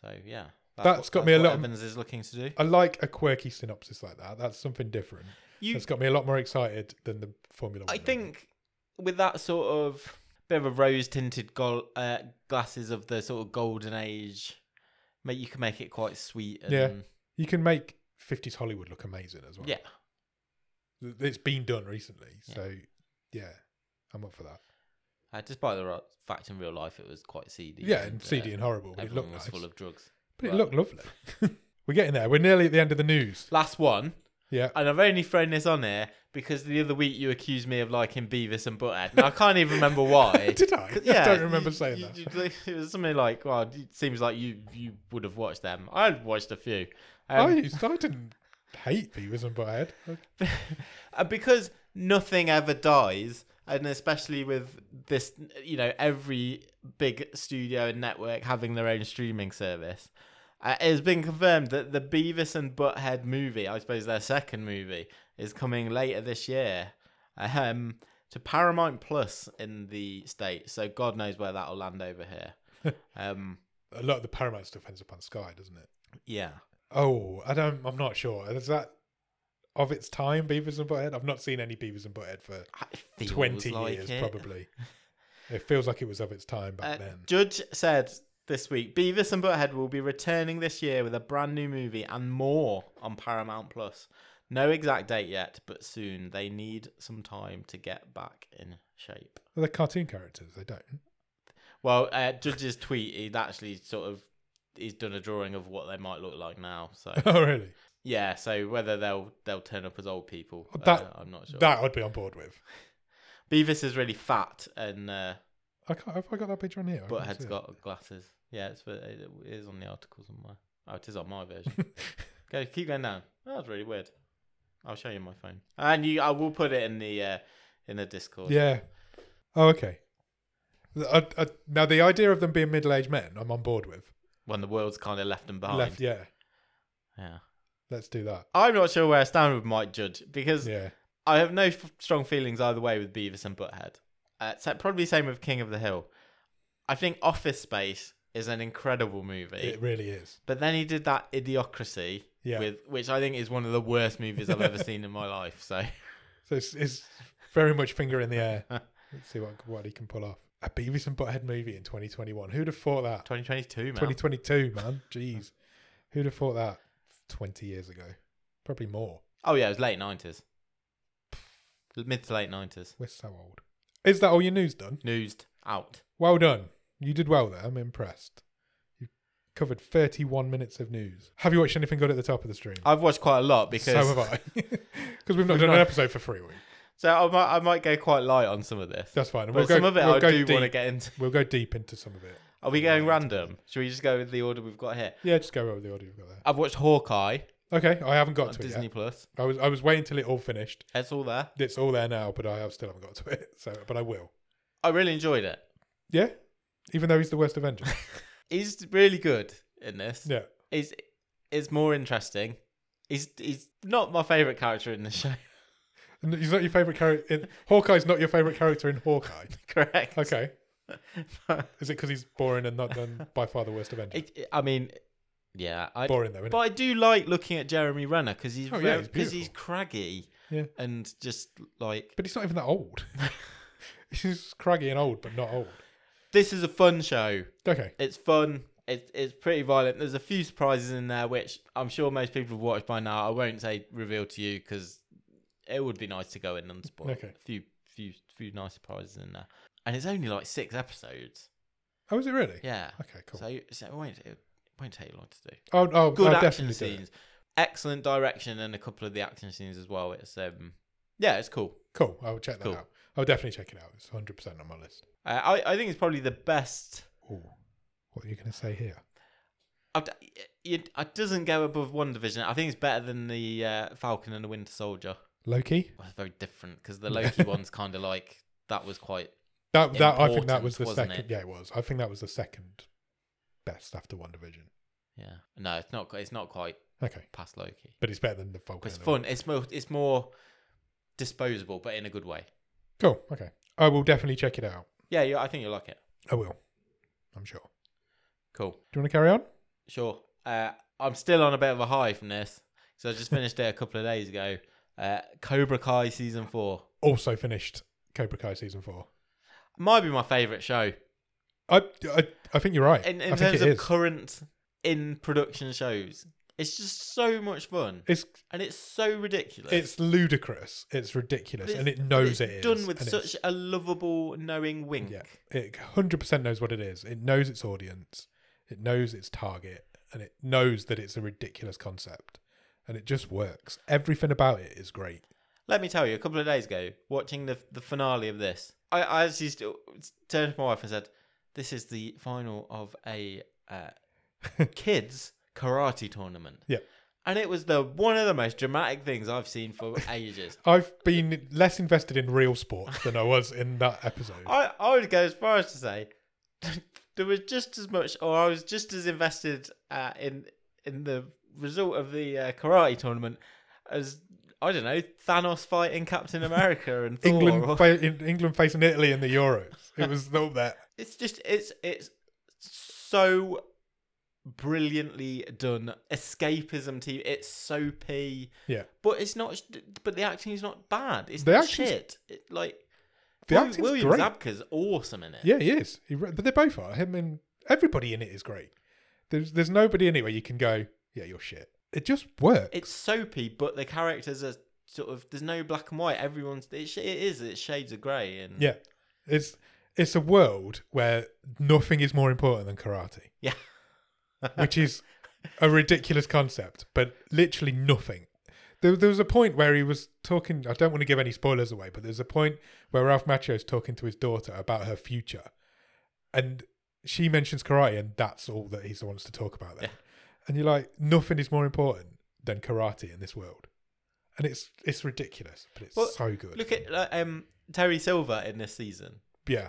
S2: So yeah,
S1: That's got me a
S2: what
S1: lot of-
S2: Evans is looking to do.
S1: I like a quirky synopsis like that. That's something different.
S2: You,
S1: It's got me a lot more excited than the Formula One.
S2: I
S1: one.
S2: think, with that sort of bit of a rose-tinted gol- uh, glasses of the sort of golden age, make you can make it quite sweet. And,
S1: Yeah. you can make 50s Hollywood look amazing as well.
S2: Yeah.
S1: Th- It's been done recently.
S2: Yeah.
S1: So, yeah, I'm up for that.
S2: Uh, despite the ro- fact in real life it was quite seedy.
S1: Yeah, and
S2: uh,
S1: CD and horrible, but it
S2: everyone
S1: looked
S2: was
S1: nice.
S2: full of drugs.
S1: but it
S2: well.
S1: looked lovely. We're getting there. We're nearly at the end of the news.
S2: Last one,
S1: Yeah.
S2: and I've only thrown this on here because the other week you accused me of liking Beavis and Butthead, and I can't even remember why.
S1: Did I?
S2: 'Cause-
S1: I don't remember
S2: you-
S1: saying
S2: you-
S1: that.
S2: you- it was something like, "Well, it seems like you you would have watched them." I watched a few.
S1: I,
S2: Um,
S1: used, I didn't hate Beavis and Butthead. I-
S2: and uh, because nothing ever dies, and especially with this, you know, every big studio and network having their own streaming service, uh, it has been confirmed that the Beavis and Butthead movie, I suppose their second movie, is coming later this year um, to Paramount Plus in the States. So God knows where that'll land over here. um,
S1: A lot of the Paramount stuff ends up on Sky, doesn't it?
S2: yeah.
S1: Oh, I don't. I'm not sure. Is that of its time, Beavers and Butthead? I've not seen any Beavers and Butthead for
S2: It feels
S1: 20
S2: like
S1: years,
S2: it.
S1: probably. It feels like it was of its time
S2: Uh,
S1: back then.
S2: Judge said this week Beavis and Butthead will be returning this year with a brand new movie and more on Paramount Plus. No exact date yet, but soon. They need some time to get back in shape.
S1: Well, they're cartoon characters. They don't.
S2: Well, uh, Judge's tweet, he'd actually sort of he's done a drawing of what they might look like now. So
S1: oh, really?
S2: yeah, so whether they'll they'll turn up as old people, uh,
S1: That-
S2: I'm not sure.
S1: That I'd be on board with.
S2: Beavis is really fat and uh,
S1: I can't. Have I got that picture on here? I can't see
S2: Butthead's
S1: it.
S2: got glasses. Yeah, it's it is on the article somewhere. Oh, it is on my version. Go, keep going down. That was really weird. I'll show you my phone, and you. I will put it in the uh, in the Discord.
S1: Yeah. Oh, okay. Th- I, I, now the idea of them being middle-aged men, I'm on board with.
S2: When the world's kind of left them behind.
S1: Left, yeah.
S2: Yeah.
S1: Let's do that.
S2: I'm not sure where I stand with Mike Judge because
S1: Yeah.
S2: I have no f- strong feelings either way with Beavis and Butthead. Uh, so probably same with King of the Hill. I think Office Space is an incredible movie.
S1: It really is.
S2: But then he did that idiocracy
S1: Yeah.
S2: with which I think is one of the worst movies I've ever seen in my life. So
S1: So it's, it's very much finger in the air. Let's see what what he can pull off. A Beavis and Butthead movie in 2021. Who'd have thought that?
S2: 2022, man.
S1: 2022, man. Jeez. Who'd have thought that 20 years ago? Probably more.
S2: Oh yeah, it was late 90s. Mid to late 90s.
S1: We're so old. Is that all your news done?
S2: Newsed out.
S1: Well done. You did well there. I'm impressed. You covered 31 minutes of news. Have you watched anything good at the top of the stream?
S2: I've watched quite a lot because
S1: so have I. Because we've not
S2: We've
S1: done
S2: not-
S1: an episode for three weeks.
S2: So I might I might go quite light on some of this.
S1: That's fine.
S2: but
S1: We'll go,
S2: some of it
S1: we'll
S2: I
S1: go
S2: do
S1: deep.
S2: want to get into.
S1: We'll go deep into some of it.
S2: Are we going random? Should we just go with the order we've got here?
S1: Yeah, just go over the audio we've got
S2: I've watched Hawkeye
S1: there. Okay, I haven't got
S2: on
S1: to it
S2: Disney
S1: yet.
S2: Plus.
S1: I was I was waiting till it all finished.
S2: It's all there.
S1: It's all there now, but I have still haven't got to it. So, but I will.
S2: I really enjoyed it.
S1: Yeah, even though he's the worst Avenger.
S2: He's really good in this.
S1: yeah,
S2: He's is more interesting. He's he's not my favorite character in the show.
S1: and he's not your favorite character. In- Hawkeye's not your favorite character in Hawkeye.
S2: Correct.
S1: Okay, is it because he's boring and not done by far the worst Avenger?
S2: It- it- I mean, yeah, I,
S1: boring though, isn't
S2: But I do like looking at Jeremy Renner because he's
S1: Oh, yeah,
S2: very
S1: he's
S2: because he's
S1: beautiful.
S2: craggy
S1: Yeah.
S2: and just like
S1: it? But he's not even that old. he's craggy and old, but not old.
S2: this is a fun show.
S1: Okay,
S2: It's fun. It's it's pretty violent. There's a few surprises in there which I'm sure most people have watched by now. I won't say reveal to you because it would be nice to go in and spoil
S1: Okay.
S2: a few few few nice surprises in there. And it's only like six episodes.
S1: oh, is it really?
S2: Yeah.
S1: Okay, cool.
S2: So so it won't it won't take long to do.
S1: oh, oh,
S2: good
S1: I'll
S2: action
S1: definitely do it.
S2: scenes, excellent direction, and a couple of the action scenes as well. It's um, yeah, it's cool.
S1: Cool, I will check that
S2: Cool.
S1: out. I'll definitely check it out. It's 100 percent on my list.
S2: Uh, I I think it's probably the best.
S1: Ooh, what are you going to say here?
S2: I d- It, it doesn't go above one division. I think it's better than the uh, Falcon and the Winter Soldier.
S1: Loki?
S2: Well, it's very different because the Loki one's kind of like that was quite.
S1: That that I think that
S2: Important,
S1: was the
S2: wasn't
S1: second.
S2: it?
S1: Yeah, it was. I think that was the second best after One Division.
S2: Yeah, no, it's not. It's not quite
S1: Okay,
S2: past Loki.
S1: but it's better than the Falcon.
S2: It's
S1: and the
S2: fun. It's more. It's more disposable, but in a good way.
S1: Cool. Okay. I will definitely check it out.
S2: Yeah, you I think you'll like it.
S1: I will. I'm sure.
S2: Cool.
S1: Do you want to carry on?
S2: Sure. Uh, I'm still on a bit of a high from this. So I just finished it a couple of days ago. Uh, Cobra Kai season four
S1: Also finished Cobra Kai season four.
S2: might be my favourite show
S1: I I, I think you're right.
S2: in, in
S1: I think
S2: terms
S1: it
S2: of
S1: is.
S2: current in production shows. It's just so much fun,
S1: it's
S2: and it's so ridiculous.
S1: it's ludicrous. It's ridiculous,
S2: But
S1: and it
S2: but
S1: knows
S2: it's
S1: it is.
S2: done with
S1: and
S2: such a lovable, knowing wink.
S1: Yeah. it hundred percent knows what it is. It knows its audience. It knows its target, and it knows that it's a ridiculous concept, and it just works. Everything about it is great.
S2: Let me tell you, a couple of days ago, watching the the finale of this, I, I actually still turned to my wife and said, "This is the final of a uh, kids karate tournament."
S1: Yeah.
S2: and it was the one of the most dramatic things I've seen for ages.
S1: I've been less invested in real sports than I was in that episode.
S2: I, I would go as far as to say there was just as much, or I was just as invested uh, in in the result of the uh, karate tournament as I don't know Thanos fighting Captain America and Thor. or-
S1: England, fa- in- England facing Italy in the Euros. It was all that.
S2: it's just it's it's so brilliantly done escapism to It's soapy,
S1: Yeah,
S2: but it's not. But the acting is not bad. It's
S1: The
S2: not
S1: action's-
S2: shit. It, like
S1: the
S2: Wil-
S1: acting's
S2: William
S1: great.
S2: Zabka's awesome in it.
S1: Yeah, he is. He, re- but they both are. Him and everybody in it is great. There's there's nobody in it where you can go, yeah, you're shit. It just works.
S2: it's soapy, but the characters are sort of there's no black and white. Everyone's it, sh- it is it's shades of grey and
S1: yeah, it's it's a world where nothing is more important than karate,
S2: yeah.
S1: which is a ridiculous concept, but literally nothing. There, there was a point where he was talking. I don't want to give any spoilers away, but there's a point where Ralph Macchio is talking to his daughter about her future, and she mentions karate, and that's all that he wants to talk about. Then, and you're like, nothing is more important than karate in this world, and it's it's ridiculous, but it's
S2: Well,
S1: so good.
S2: Look at like, um Terry Silver in this season.
S1: yeah,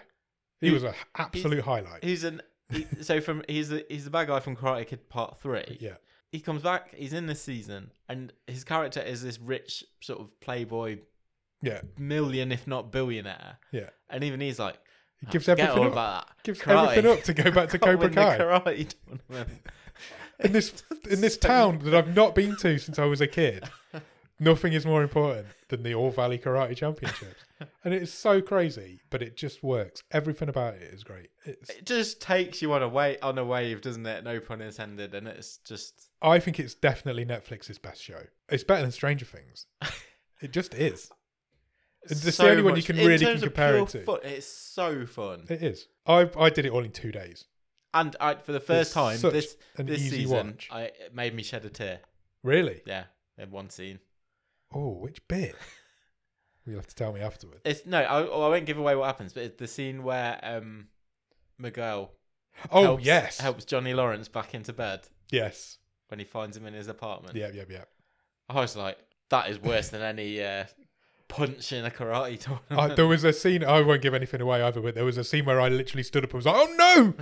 S1: he
S2: Who-
S1: was an absolute highlight.
S2: Who's an he, so from he's the he's the bad guy from Karate Kid Part Three.
S1: yeah,
S2: He comes back. He's in this season, and his character is this rich sort of playboy
S1: yeah,
S2: million, if not billionaire.
S1: yeah.
S2: And even he's like
S1: He gives
S2: forget
S1: everything
S2: all
S1: up.
S2: about that.
S1: Gives
S2: Karate.
S1: everything up to go back to
S2: Can't
S1: Cobra
S2: win the
S1: Kai
S2: karate tournament.
S1: in this in this town that I've not been to since I was a kid. Nothing is more important than the All Valley Karate Championships, and it's so crazy, but it just works. Everything about it is great. It's,
S2: it just takes you on a wave on a wave, doesn't it? No pun intended, and it's just
S1: I think it's definitely Netflix's best show. It's better than Stranger Things. It just is. It's the
S2: so
S1: only one you
S2: much-
S1: can
S2: in
S1: really can
S2: terms of
S1: compare it
S2: pure
S1: to.
S2: Fun, it's so fun,
S1: It is. I I did it all in two days.
S2: and I, for the first
S1: It's
S2: time
S1: such
S2: this
S1: an
S2: this
S1: easy
S2: season,
S1: watch.
S2: I it made me shed a tear.
S1: Really?
S2: Yeah, in one scene.
S1: Oh, which bit? You'll have to tell me afterwards.
S2: It's no, I, I won't give away what happens, but it's the scene where um, Miguel
S1: Oh
S2: helps,
S1: yes,
S2: helps Johnny Lawrence back into bed
S1: yes,
S2: when he finds him in his apartment.
S1: yeah, yeah, yeah.
S2: I was like, that is worse than any uh, punch in a karate tournament.
S1: I, there was a scene. I won't give anything away either, but there was a scene where I literally stood up and was like, "Oh no,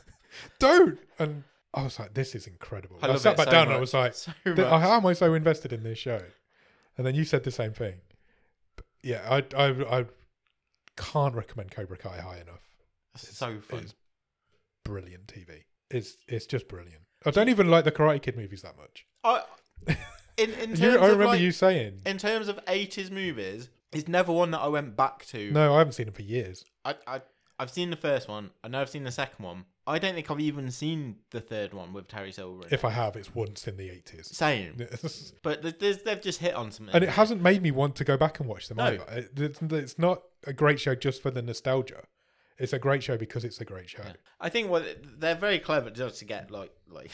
S1: don't!" And I was like, "This is incredible."
S2: I
S1: I,
S2: love
S1: sat
S2: it
S1: back
S2: so
S1: down and
S2: much.
S1: I was like,
S2: so
S1: "Th-
S2: much.
S1: "How am I so invested in this show?" And then you said the same thing. But yeah, I, I, I can't recommend Cobra Kai high enough.
S2: so fun.
S1: It's brilliant TV. It's it's just brilliant. I don't even like the Karate Kid movies that much.
S2: I, in in terms
S1: You, I
S2: of
S1: remember
S2: like,
S1: you saying,
S2: in terms of eighties movies, it's never one that I went back to.
S1: "No, I haven't seen it for years."
S2: I, I I've seen the first one. I know I've seen the second one. I don't think I've even seen the third one with Terry Silver. In it.
S1: If I have, it's once in the eighties.
S2: Same, but th- there's, they've just hit on something.
S1: and it hasn't made me want to go back and watch them
S2: No.
S1: either. It- It's, it's not a great show just for the nostalgia. It's a great show because it's a great show.
S2: Yeah. I think what they're very clever just to get like like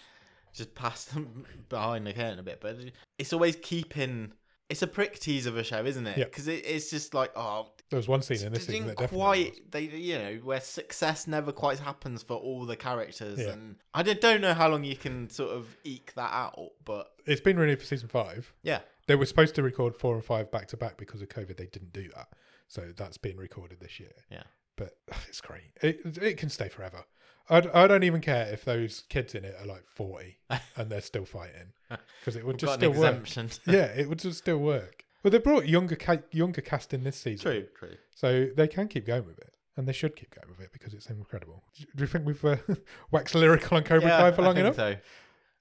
S2: just past them behind the curtain a bit, but it's always keeping. It's a prick tease of a show, isn't it?
S1: Yeah.
S2: Because it, it's just like, oh,
S1: There was one scene in
S2: they
S1: this season
S2: didn't
S1: that definitely
S2: quite
S1: was.
S2: they you know where success never quite happens for all the characters
S1: Yeah.
S2: and i don't- don't know how long you can sort of eke that out but
S1: It's been renewed for season five.
S2: yeah
S1: They were supposed to record four and five back to back because of COVID. They didn't do that, so that's been recorded this year.
S2: Yeah.
S1: but ugh, it's great. It it can stay forever. I, d- I don't even care if those kids in it are like forty and they're still fighting because it would
S2: we've
S1: just
S2: got an
S1: still work.
S2: exemption
S1: yeah, it would just still work. Well, they brought younger ca- younger cast in this season,
S2: True, true.
S1: so they can keep going with it, and they should keep going with it because it's incredible. Do you think we've uh, waxed lyrical on Cobra Kai for
S2: I
S1: long
S2: think
S1: enough?
S2: So.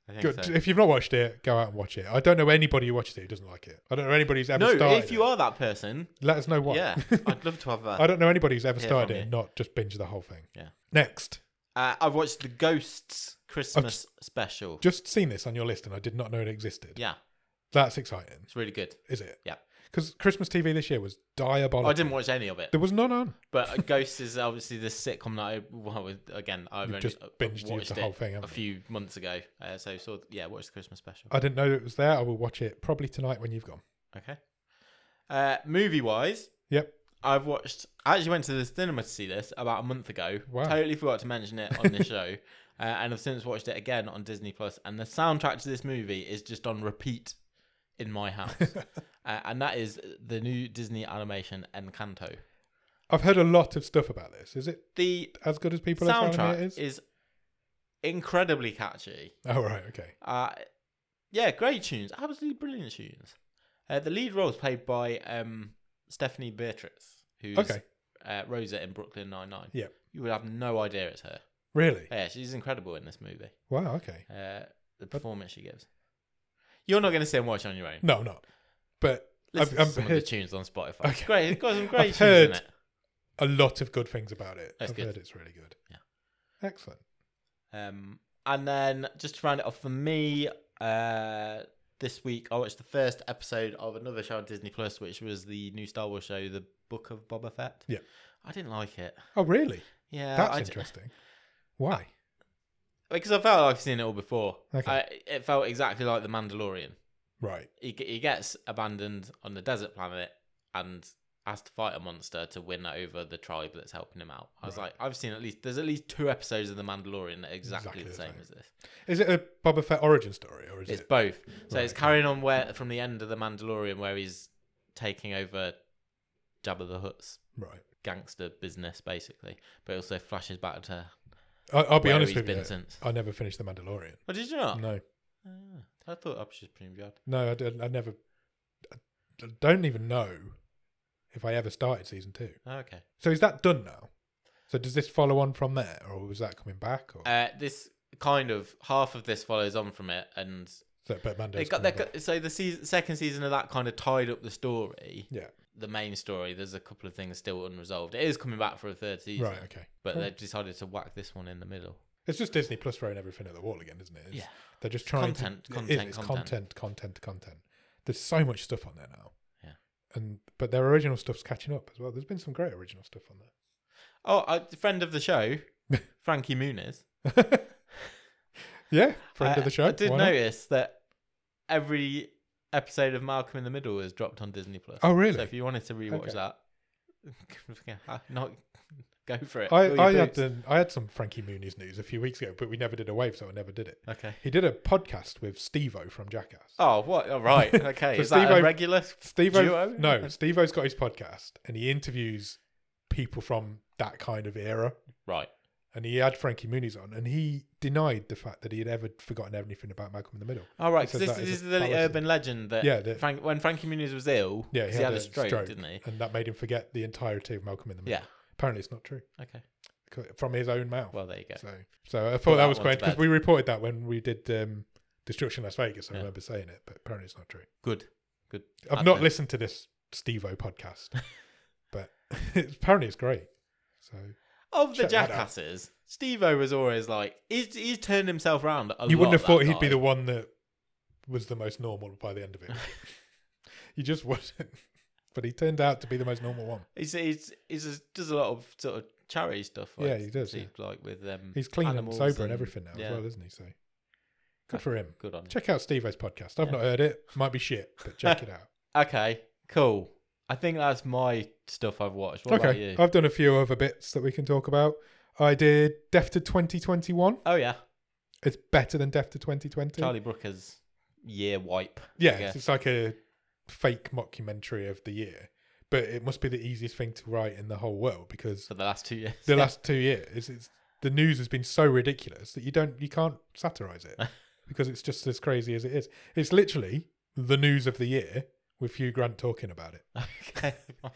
S2: I think
S1: Good.
S2: so.
S1: If you've not watched it, go out and watch it. I don't know anybody who watches it who doesn't like it. I don't know anybody who's ever
S2: No,
S1: started.
S2: if you are that person,
S1: let us know why.
S2: yeah, I'd love to have that.
S1: I don't know anybody who's ever
S2: Hear
S1: started
S2: from
S1: it
S2: you.
S1: and not just binge the whole thing.
S2: Yeah.
S1: Next,
S2: Uh, I've watched the Ghosts Christmas special.
S1: just seen this on your list and I did not know it existed.
S2: Yeah,
S1: That's exciting,
S2: it's really good.
S1: is it?
S2: Yeah.
S1: Because Christmas TV this year was diabolical.
S2: I didn't watch any of it,
S1: There was none on.
S2: but Ghosts is obviously this sitcom that I well again I've
S1: You've
S2: only
S1: just
S2: uh,
S1: binged you
S2: watched
S1: the
S2: it
S1: whole thing,
S2: a
S1: haven't you?
S2: few months ago. Uh, so saw yeah, watched the Christmas special.
S1: I didn't know it was there. I will watch it probably tonight when you've gone.
S2: Okay. Uh, movie wise,
S1: Yep.
S2: I've watched. I actually went to the cinema to see this about a month ago.
S1: Wow.
S2: Totally forgot to mention it on this show, uh, and I've since watched it again on Disney Plus. And the soundtrack to this movie is just on repeat in my house, uh, and that is the new Disney animation Encanto.
S1: I've heard a lot of stuff about this. Is it
S2: The
S1: as good as people are telling
S2: soundtrack
S1: me it is?
S2: is incredibly catchy.
S1: Oh, right. Okay.
S2: Uh, yeah, great tunes, absolutely brilliant tunes. Uh, the lead role is played by um, Stephanie Beatrice, who's
S1: Okay.
S2: uh, Rosa in Brooklyn Nine Nine.
S1: Yep.
S2: you would have no idea it's her.
S1: Really?
S2: Yeah, she's incredible in this movie.
S1: Wow. Okay.
S2: Uh, the performance she gives. You're not going to sit and watch it on your own.
S1: No, I'm not. But
S2: Listen
S1: I've,
S2: to
S1: I've
S2: some of
S1: heard
S2: the tunes on Spotify.
S1: Okay.
S2: Great, it's got some
S1: I've
S2: great tunes in
S1: heard-
S2: it.
S1: a lot of good things about it.
S2: That's
S1: I've
S2: good.
S1: heard it's really good.
S2: Yeah.
S1: Excellent.
S2: Um, and then just to round it off for me, uh, this week I watched the first episode of another show on Disney Plus, which was the new Star Wars show, The Book of Boba Fett.
S1: Yeah.
S2: I didn't like it.
S1: Oh, really?
S2: Yeah,
S1: That's
S2: Uh, I d-
S1: interesting. Why?
S2: because I felt like I've seen it all before.
S1: Okay.
S2: I, it felt exactly like The Mandalorian.
S1: Right.
S2: he, g- he gets abandoned on the desert planet and has to fight a monster to win over the tribe that's helping him out. I was like, I've seen at least there's at least two episodes of The Mandalorian that are exactly,
S1: Exactly
S2: the
S1: the
S2: same,
S1: same.
S2: as this.
S1: Is it a Boba Fett origin story or is
S2: It's
S1: it?
S2: both. So
S1: Right,
S2: it's
S1: okay.
S2: carrying on where from the end of The Mandalorian where he's taking over Jabba the Hutt's
S1: Right.
S2: gangster business basically, but it also flashes back to
S1: I, I'll be
S2: where
S1: honest
S2: he's
S1: with
S2: been
S1: you.
S2: since.
S1: I Mm. never finished The Mandalorian.
S2: Oh, did you not?
S1: No,
S2: Ah, I thought I was just pretty good.
S1: no, I, did- I never. I don't even know if I ever started season two.
S2: Oh, okay.
S1: So is that done now? So does this follow on from there, or was that coming back? Or
S2: Uh, this kind of half of this follows on from it, and
S1: so, but Mando's
S2: They got, they
S1: coming
S2: got, so the season, second season of that kind of tied up the story,
S1: back.
S2: the main story. There's a couple of things still unresolved. It is coming back for a third
S1: Yeah,
S2: season,
S1: right, okay.
S2: but
S1: Cool.
S2: they've decided to whack this one in the middle.
S1: It's just Disney Plus throwing everything at the wall again, isn't it? It's-
S2: Yeah.
S1: they're just trying
S2: Content,
S1: to, it is,
S2: content,
S1: it's
S2: content.
S1: content, content, content. There's so much stuff on there now.
S2: Yeah.
S1: and but their original stuff's catching up as well. There's been some great original stuff on
S2: Oh, a friend of the show, Frankie Muniz.
S1: there. yeah, friend
S2: Uh,
S1: of the show.
S2: I did
S1: why not?
S2: notice that every episode of Malcolm in the Middle is dropped on Disney Plus.
S1: Oh, really?
S2: So if you wanted to rewatch
S1: Okay.
S2: that, not go for it. Fill your
S1: I, I had
S2: boots.
S1: an, I had some Frankie Muniz news a few weeks ago, but we never did a wave, so I never did it.
S2: Okay.
S1: He did a podcast with Stevo from Jackass.
S2: Oh, what? All right. Okay.
S1: So
S2: is that a
S1: Steve-O-
S2: regular? duo?
S1: Stevo, no, Stevo's got his podcast, and he interviews people from that kind of era.
S2: Right.
S1: And he had Frankie Muniz on, and he denied the fact that he had ever forgotten anything about Malcolm in the Middle.
S2: All right,
S1: He
S2: because
S1: says that is
S2: this, this is
S1: a
S2: the
S1: fallacy.
S2: urban legend that
S1: Yeah, that-
S2: Frank, when Frankie Muniz was ill,
S1: Yeah,
S2: 'cause he, had, a stroke, didn't he?
S1: And that made him forget the entirety of Malcolm in the Middle.
S2: Yeah.
S1: Apparently, it's not true
S2: Okay.
S1: co- from his own mouth.
S2: Well, there you go.
S1: So, so I thought
S2: Put
S1: that
S2: that
S1: was
S2: one to
S1: quite because
S2: bed.
S1: we reported that when we did um, Destruction Las Vegas. I
S2: Yeah.
S1: remember saying it, but apparently it's not true.
S2: Good. Good.
S1: I've
S2: Advent.
S1: not listened to this Stevo podcast, but apparently it's great. So
S2: Of the
S1: Check that out.
S2: jackasses, Steve O was always like, he's, he's turned himself around a
S1: you wouldn't
S2: lot,
S1: have
S2: that
S1: thought he'd be
S2: guy.
S1: the one that was the most normal by the end of it. would you? you just wouldn't. But he turned out to be the most normal one.
S2: He's, he's, he's a, does a lot of sort of charity stuff. Like,
S1: Yeah, he does, yeah.
S2: Steve, Like with um,
S1: He's clean and
S2: animals
S1: sober and everything now
S2: yeah.
S1: as well, isn't he? So good for him.
S2: Good on. him.
S1: Check out Stevo's podcast. I've
S2: Yeah.
S1: not heard it. Might be shit, but check it out.
S2: Okay. Cool. I think that's my stuff I've watched. What about
S1: okay,
S2: you?
S1: I've done a few other bits that we can talk about. I did Death to 2021.
S2: oh yeah,
S1: It's better than Death to 2020.
S2: Charlie Brooker's year wipe.
S1: Yeah,
S2: Yeah.
S1: it's- it's like a fake mockumentary of the year, but it must be the easiest thing to write in the whole world because
S2: for the last two years.
S1: the last two years, it's, the news has been so ridiculous that you don't, you can't satirize it because it's just as crazy as it is. It's literally the news of the year with Hugh Grant talking about it.
S2: Okay. fine.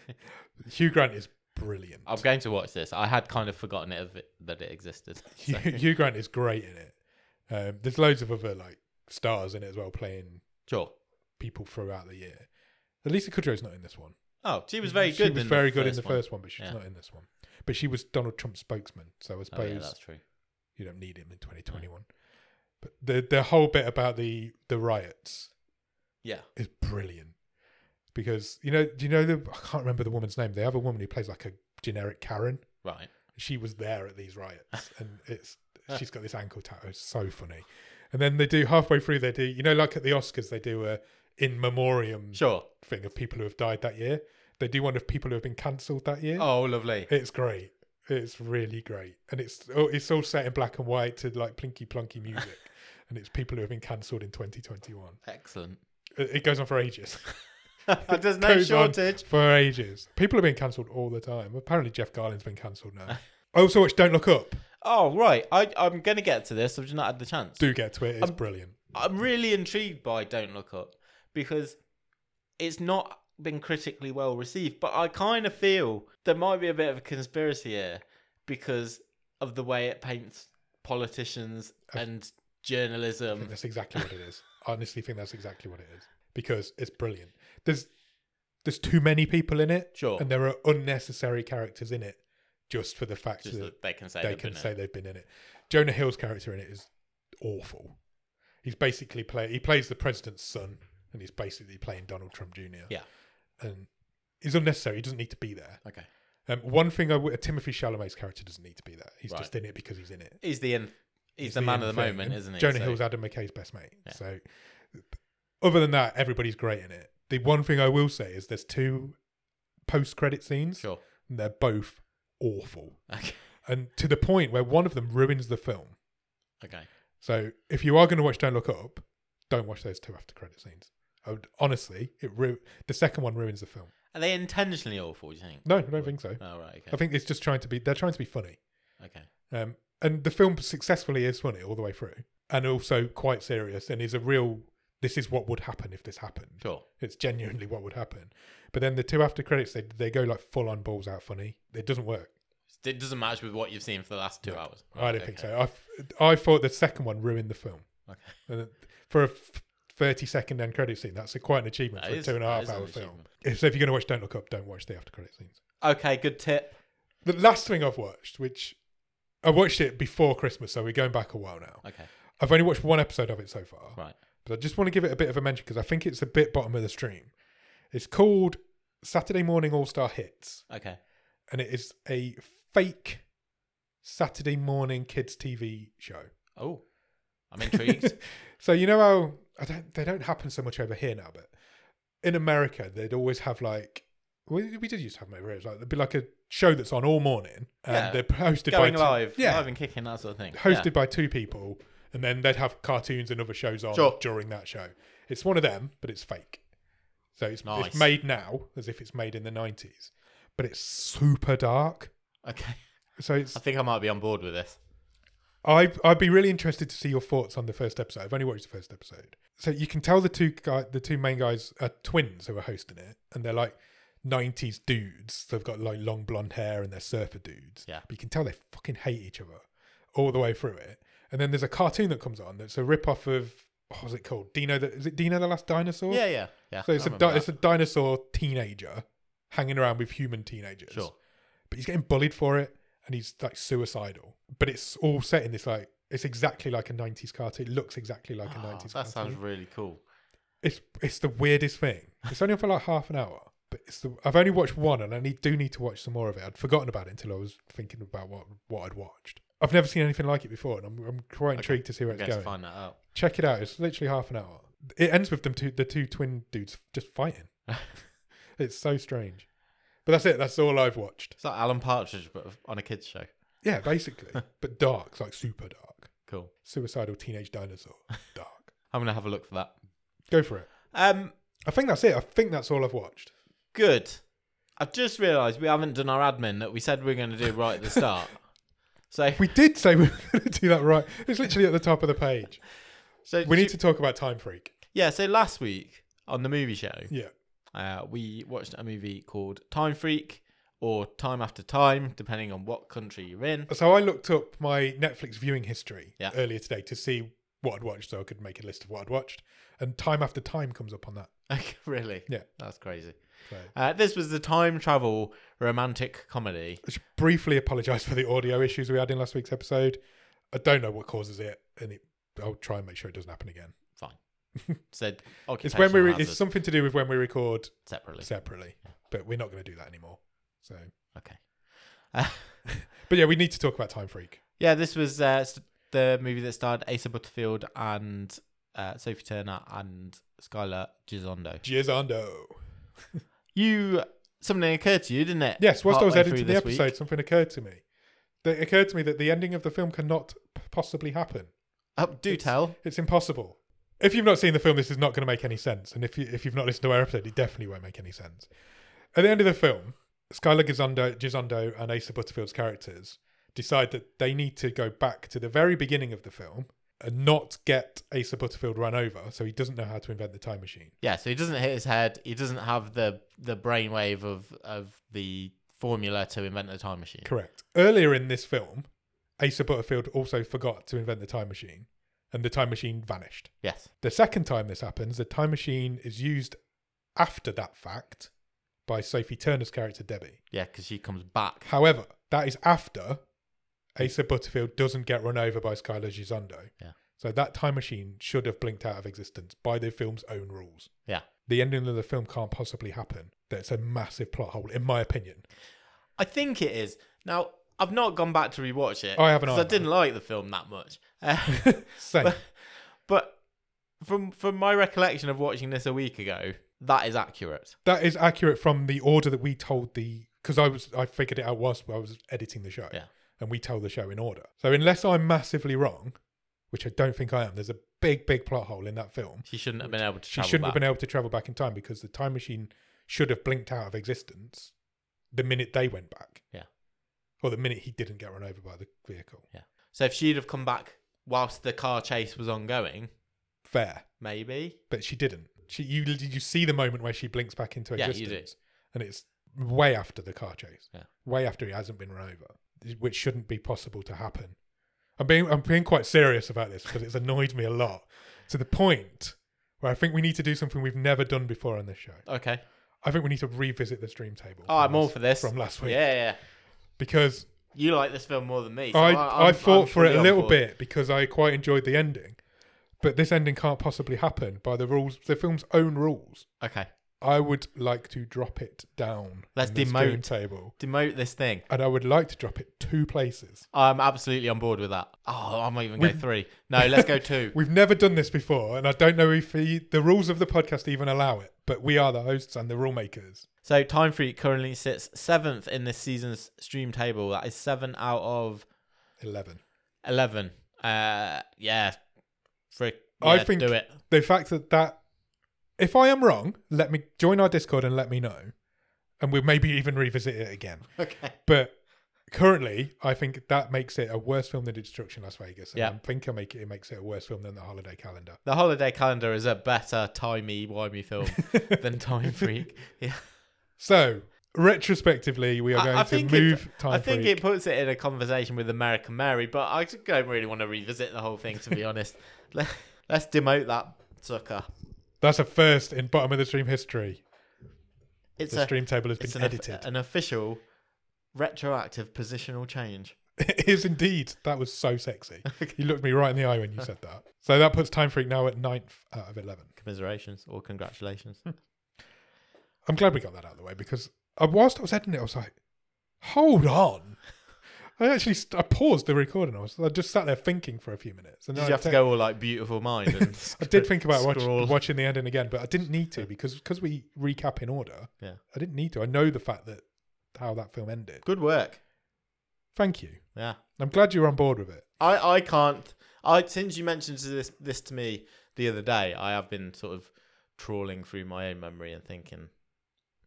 S1: Hugh Grant is brilliant.
S2: I'm going to watch this. I had kind of forgotten it, of it that it existed.
S1: Hugh,
S2: So,
S1: Hugh Grant is great in it. Um, there's loads of other like stars in it as well, playing
S2: sure.
S1: people throughout the year. Elisa Kudrow's not in this one.
S2: Oh, she was very
S1: she
S2: good.
S1: was
S2: in
S1: very
S2: the
S1: good in
S2: first
S1: the
S2: one.
S1: first one, but she's
S2: Yeah.
S1: not in this one. But she was Donald Trump's spokesman, so I
S2: Oh, yeah,
S1: suppose
S2: that's true.
S1: you don't need him in 2021. But the the whole bit about the the riots
S2: Yeah.
S1: is brilliant because you know do you know the I can't remember the woman's name. They have a woman who plays like a generic Karen.
S2: Right.
S1: She was there at these riots, and it's she's got this ankle tattoo. It's so funny. And then they do halfway through. They do you know like at the Oscars they do a in memoriam
S2: Sure.
S1: thing of people who have died that year. They do one of people who have been cancelled that year.
S2: Oh, lovely.
S1: It's great. It's really great, and it's oh, it's all set in black and white to like plinky plonky music, and it's people who have been cancelled in 2021.
S2: Excellent.
S1: It, it goes on for ages,
S2: There's
S1: Goes
S2: no
S1: on.
S2: shortage.
S1: for ages. People have been cancelled all the time. Apparently, Jeff Garlin's been cancelled now. I also watched Don't Look Up.
S2: Oh, right. I, I'm going to get to this. I've just not had the chance.
S1: Do get to it. It's
S2: Um,
S1: brilliant.
S2: I'm really intrigued by Don't Look Up because it's not been critically well received, but I kind of feel there might be a bit of a conspiracy here because of the way it paints politicians and
S1: I think
S2: journalism.
S1: that's exactly what it is. I honestly think that's exactly what it is because it's brilliant. There's there's too many people in it,
S2: Sure.
S1: and there are unnecessary characters in it just for the fact
S2: Just
S1: that
S2: that they can say
S1: they
S2: they've
S1: can
S2: been
S1: say
S2: in.
S1: they've been in it. Jonah Hill's character in it is awful. He's basically play he plays the president's son, and he's basically playing Donald Trump Jr.
S2: Yeah.
S1: and he's unnecessary. He doesn't need to be there.
S2: Okay.
S1: Um, one thing I w- Timothy Chalamet's character doesn't need to be there. He's
S2: Right.
S1: just in it because he's in it.
S2: He's the, in, he's the, man
S1: end
S2: of the
S1: thing.
S2: moment,
S1: And
S2: isn't he?
S1: Jonah
S2: So-
S1: Hill's Adam McKay's best mate.
S2: Yeah.
S1: So, other than that, everybody's great in it. The one thing I will say is there's two post-credit scenes,
S2: Sure.
S1: and they're both awful,
S2: Okay.
S1: and to the point where one of them ruins the film.
S2: Okay.
S1: So if you are going to watch Don't Look Up, don't watch those two after credit scenes. I would, honestly, it ru- the second one ruins the film.
S2: Are they intentionally awful, do you think?
S1: No, I don't think so.
S2: Oh, right.
S1: I
S2: Okay.
S1: think it's just trying to be they're trying to be funny.
S2: Okay.
S1: Um, and the film successfully is funny all the way through, and also quite serious, and is a real. This is what would happen if this happened.
S2: Sure.
S1: It's genuinely what would happen. But then the two after credits, they they go like full on balls out funny. It doesn't work.
S2: It doesn't match with what you've seen for the last two
S1: No.
S2: hours.
S1: I don't think so. I f- I thought the second one ruined the film.
S2: Okay.
S1: And it- for a f- 30 second end credit scene, that's a, quite an achievement
S2: That
S1: for
S2: is-
S1: a two and a
S2: that
S1: half
S2: is an
S1: hour film.
S2: achievement.
S1: If- So if you're going to watch Don't Look Up, don't watch the after credit scenes.
S2: Okay, good tip.
S1: The last thing I've watched, which I watched it before Christmas, so we're going back a while now.
S2: Okay.
S1: I've only watched one episode of it so far,
S2: Right.
S1: but I just want to give it a bit of a mention because I think it's a bit bottom of the stream. It's called Saturday Morning All Star Hits,
S2: Okay.
S1: and it is a fake Saturday morning kids TV show.
S2: Oh, I'm intrigued.
S1: So you know how I don't, they don't happen so much over here now, but in America they'd always have like we, we did used to have them over here. It was like there'd be like a show that's on all morning and
S2: Yeah.
S1: they're hosted
S2: Going
S1: by two-
S2: live,
S1: yeah,
S2: live and kicking that sort of thing.
S1: hosted by two people, and then they'd have cartoons and other shows on
S2: Sure.
S1: during that show. It's one of them, but it's fake. So it's
S2: Nice.
S1: it's made now as if it's made in the nineties, but it's super dark.
S2: Yeah. Okay.
S1: So it's
S2: I think I might be on board with this.
S1: I I'd be really interested to see your thoughts on the first episode. I've only watched the first episode, so you can tell the two guy, the two main guys are twins who are hosting it, and they're like '90s dudes. They've got like long blonde hair and they're surfer dudes.
S2: Yeah.
S1: but you can tell they fucking hate each other all the way through it. And then there's a cartoon that comes on that's a rip off of what was it called? Dino the is it Dino the Last Dinosaur?
S2: Yeah, yeah, yeah.
S1: So it's
S2: I
S1: a
S2: remember
S1: di-
S2: that.
S1: it's a dinosaur teenager hanging around with human teenagers
S2: sure.
S1: but he's getting bullied for it and he's like suicidal but it's all set in this like it's exactly like a 90s cartoon it looks exactly like a
S2: Oh,
S1: 90s
S2: that
S1: cartoon
S2: sounds really cool.
S1: it's it's the weirdest thing it's only on for like half an hour but it's the i've only watched one and i need, do need to watch some more of it i'd forgotten about it until i was thinking about what what i'd watched i've never seen anything like it before and i'm, I'm quite intrigued to see where
S2: I
S1: it's
S2: guess
S1: going
S2: find that out.
S1: check it out it's literally half an hour it ends with them two the two twin dudes just fighting it's so strange but that's it that's all i've watched
S2: It's like Alan Partridge, but on a kids show.
S1: yeah basically but dark like super dark
S2: Cool.
S1: suicidal teenage dinosaur. Dark.
S2: I'm gonna have a look for that.
S1: Go for it.
S2: Um,
S1: I think that's it. I think that's all I've watched.
S2: good. I've just realised we haven't done our admin that we said we are going to do right at the start. so,
S1: We did say we were going to do that right. It's literally at the top of the page.
S2: so
S1: We
S2: do-
S1: need to talk about Time Freak.
S2: Yeah. So last week on the movie show,
S1: Yeah.
S2: uh, we watched a movie called Time Freak or Time After Time, depending on what country you're in.
S1: So I looked up my Netflix viewing history
S2: Yeah.
S1: earlier today to see what I'd watched, so I could make a list of what I'd watched. And time after time comes up on that.
S2: Like, really?
S1: Yeah.
S2: That's crazy.
S1: So
S2: Uh, this was the time travel romantic comedy.
S1: I should briefly apologise for the audio issues we had in last week's episode. I don't know what causes it, and it, I'll try and make sure it doesn't happen again.
S2: Said
S1: It's when we re-
S2: occupational
S1: it's
S2: hazard
S1: something to do with when we record
S2: separately.
S1: separately, but we're not going to do that anymore. So,
S2: Okay. Uh,
S1: but yeah, we need to talk about Time Freak.
S2: yeah, this was uh, s- the movie that starred Asa Butterfield and uh, Sophie Turner and Skylar Gisondo.
S1: Gizzando.
S2: You something occurred to you, didn't it?
S1: Yes, whilst I was
S2: Partway through
S1: editing the
S2: this week?
S1: episode, something occurred to me. It occurred to me that the ending of the film cannot p- possibly happen.
S2: Oh, do
S1: It's-
S2: tell.
S1: It's impossible. If you've not seen the film, this is not going to make any sense. And if you if you've not listened to our episode, it definitely won't make any sense. At the end of the film, Skylar Gisondo, Gisondo and Asa Butterfield's characters decide that they need to go back to the very beginning of the film and not get Asa Butterfield run over, so he doesn't know how to invent the time machine.
S2: Yeah, so he doesn't hit his head. He doesn't have the the brainwave of of the formula to invent a time machine.
S1: Correct. Earlier in this film, Asa Butterfield also forgot to invent the time machine, and the time machine vanished.
S2: Yes.
S1: The second time this happens, the time machine is used after that fact by Sophie Turner's character Debbie.
S2: Yeah, because she comes back.
S1: However, that is after Asa Butterfield doesn't get run over by Skylar Gisondo.
S2: Yeah.
S1: So that time machine should have blinked out of existence by the film's own rules.
S2: Yeah.
S1: The ending of the film can't possibly happen. That's a massive plot hole, in my opinion.
S2: I think it is. Now, I've not gone back to rewatch it.
S1: I haven't
S2: Because I
S1: either.
S2: didn't like the film that much. Uh,
S1: Same.
S2: But- but from from my recollection of watching this a week ago, that is accurate.
S1: that is accurate from the order that we told the because I was I figured it out whilst I was editing the show.
S2: Yeah.
S1: And we tell the show in order. So unless I'm massively wrong, which I don't think I am, there's a big, big plot hole in that film.
S2: She shouldn't have been able to
S1: She
S2: travel
S1: shouldn't
S2: back.
S1: have been able to travel back in time because the time machine should have blinked out of existence the minute they went back.
S2: Yeah.
S1: Or the minute he didn't get run over by the vehicle.
S2: so if she'd have come back whilst the car chase was ongoing,
S1: Fair.
S2: maybe.
S1: But she didn't. She you you see the moment where she blinks back into
S2: Yeah, you
S1: existence. And it's way after the car chase.
S2: Yeah.
S1: Way after he hasn't been run over. Which shouldn't be possible to happen. I'm being I'm being quite serious about this because it's annoyed me a lot. To the point where I think we need to do something we've never done before on this show.
S2: Okay.
S1: I think we need to revisit the stream table.
S2: Oh,
S1: from
S2: I'm all
S1: last-
S2: for this.
S1: From last
S2: Yeah,
S1: week.
S2: yeah. yeah.
S1: Because
S2: You like this film more than me. so
S1: I,
S2: I'm-
S1: I,
S2: I'm
S1: fought for it
S2: fully
S1: a
S2: on
S1: little
S2: board.
S1: bit because I quite enjoyed the ending. But this ending can't possibly happen by the rules the film's own rules.
S2: Okay.
S1: I would like to drop it down.
S2: Let's
S1: on this
S2: demote.
S1: game table,
S2: Demote this thing.
S1: and I would like to drop it two places.
S2: I'm absolutely on board with that. Oh, I might even go
S1: We've-
S2: three. No, let's go two.
S1: We've never done this before, and I don't know if the, the rules of the podcast even allow it. But we are the hosts and the rule makers.
S2: So Time Freak currently sits seventh in this season's stream table. That is seven out of
S1: Eleven.
S2: eleven. Uh, yeah, frick.
S1: I
S2: yeah,
S1: think-
S2: do it.
S1: The fact that that, if I am wrong, let me join our Discord and let me know, and we'll maybe even revisit it again.
S2: Okay.
S1: But currently, I think that makes it a worse film than Destruction Las Vegas. And
S2: Yeah.
S1: I think I make it, it makes it a worse film than the Holiday Calendar.
S2: The Holiday Calendar is a better timey wimey film than Time Freak. Yeah.
S1: So retrospectively, we are
S2: I-
S1: going
S2: I
S1: to
S2: think it-
S1: move time.
S2: I think
S1: Freak.
S2: it puts it in a conversation with American Mary, but I just don't really want to revisit the whole thing to be honest. Let- Let's demote that sucker.
S1: That's a first in bottom of the stream history.
S2: It's
S1: the
S2: a
S1: stream table has
S2: it's
S1: been
S2: an, uh,
S1: edited.
S2: an official retroactive positional change.
S1: it is indeed. That was so sexy. You looked me right in the eye when you said that. So that puts Time Freak now at ninth out of eleven.
S2: Commiserations or congratulations.
S1: Hmm. I'm glad we got that out of the way because uh, whilst I was editing it, I was like, "Hold on." I actually st- I paused the recording. I was I just sat there thinking for a few minutes. And
S2: Did
S1: then
S2: you
S1: I
S2: have to
S1: te-
S2: go all like beautiful mind? And
S1: I did think about watch,
S2: scroll?
S1: watching the ending again, but I didn't need to because because we recap in order.
S2: Yeah.
S1: I didn't need to. I know the fact that how that film ended.
S2: Good work.
S1: Thank you.
S2: Yeah.
S1: I'm glad you're on board with it.
S2: I, I can't. I since you mentioned this this to me the other day, I have been sort of trawling through my own memory and thinking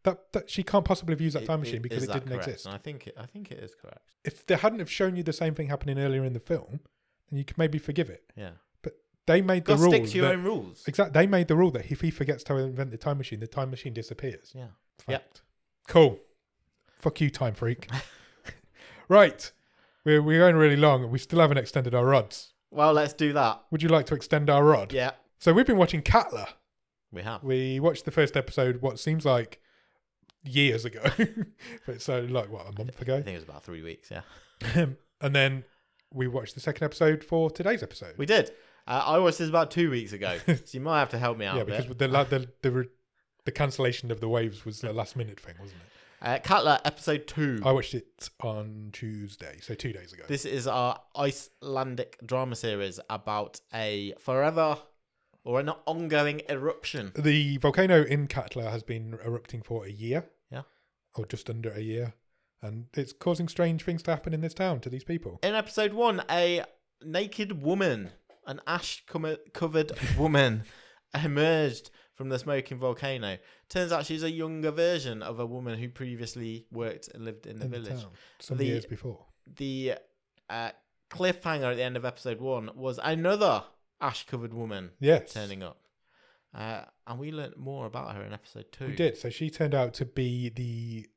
S1: That, that she can't possibly have used that
S2: i-
S1: time
S2: i-
S1: machine because
S2: is
S1: it
S2: that
S1: didn't
S2: correct?
S1: exist.
S2: And I think it, I think it is correct.
S1: If they hadn't have shown you the same thing happening earlier in the film, then you could maybe forgive it.
S2: Yeah.
S1: But they made the
S2: Got to
S1: rule.
S2: stick to your
S1: that-
S2: own rules.
S1: Exact. They made the rule that if he forgets to invent the time machine, the time machine disappears.
S2: Yeah. Yeah.
S1: Fact. Cool. Fuck you, time freak. right. We're, we're going really long. and We still haven't extended our rods.
S2: Well, let's do that.
S1: Would you like to extend our rod?
S2: Yeah,
S1: So we've been watching Catler.
S2: we have.
S1: We watched the first episode, what seems like years ago, but so like what a month
S2: I
S1: ago.
S2: think it was about three weeks. Yeah,
S1: and then we watched the second episode for today's episode.
S2: we did. Uh, I watched this about two weeks ago, so you might have to help me out.
S1: yeah,
S2: a bit.
S1: because the, la- the the re- the cancellation of the waves was a last minute thing, wasn't it?
S2: Uh, Katla episode two.
S1: I watched it on Tuesday, so two days ago.
S2: Mm. This is our Icelandic drama series about a forever or an ongoing eruption.
S1: the volcano in Katla has been erupting for a year.
S2: Yeah.
S1: Or just under a year. And it's causing strange things to happen in this town to these people.
S2: In episode one, a naked woman, an ash com- covered woman, emerged from the smoking volcano. Turns out she's a younger version of a woman who previously worked and lived in the
S1: In the
S2: village.
S1: town. Some
S2: The-
S1: years before.
S2: the uh, cliffhanger at the end of episode one was another ash covered woman
S1: Yes.
S2: turning up. Uh, and we learnt more about her in episode two.
S1: We did. So she turned out to be the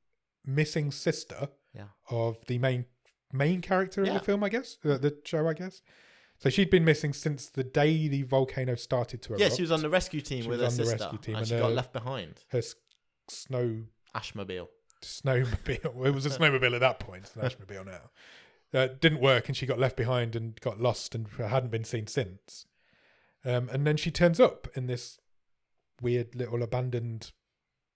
S1: missing sister
S2: Yeah.
S1: of the main main character of
S2: Yeah.
S1: the film, I guess. The, the show, I guess. So she'd been missing since the day the volcano started to erupt.
S2: Yeah, she was on the rescue team
S1: She
S2: with her
S1: was on the
S2: sister.
S1: rescue team
S2: and,
S1: and
S2: she got
S1: her-
S2: left behind.
S1: her s- snow
S2: Ashmobile.
S1: snowmobile. It was a snowmobile at that point. It's an Ashmobile now. Uh, didn't work, and she got left behind and got lost, and hadn't been seen since. Um, and then she turns up in this weird little abandoned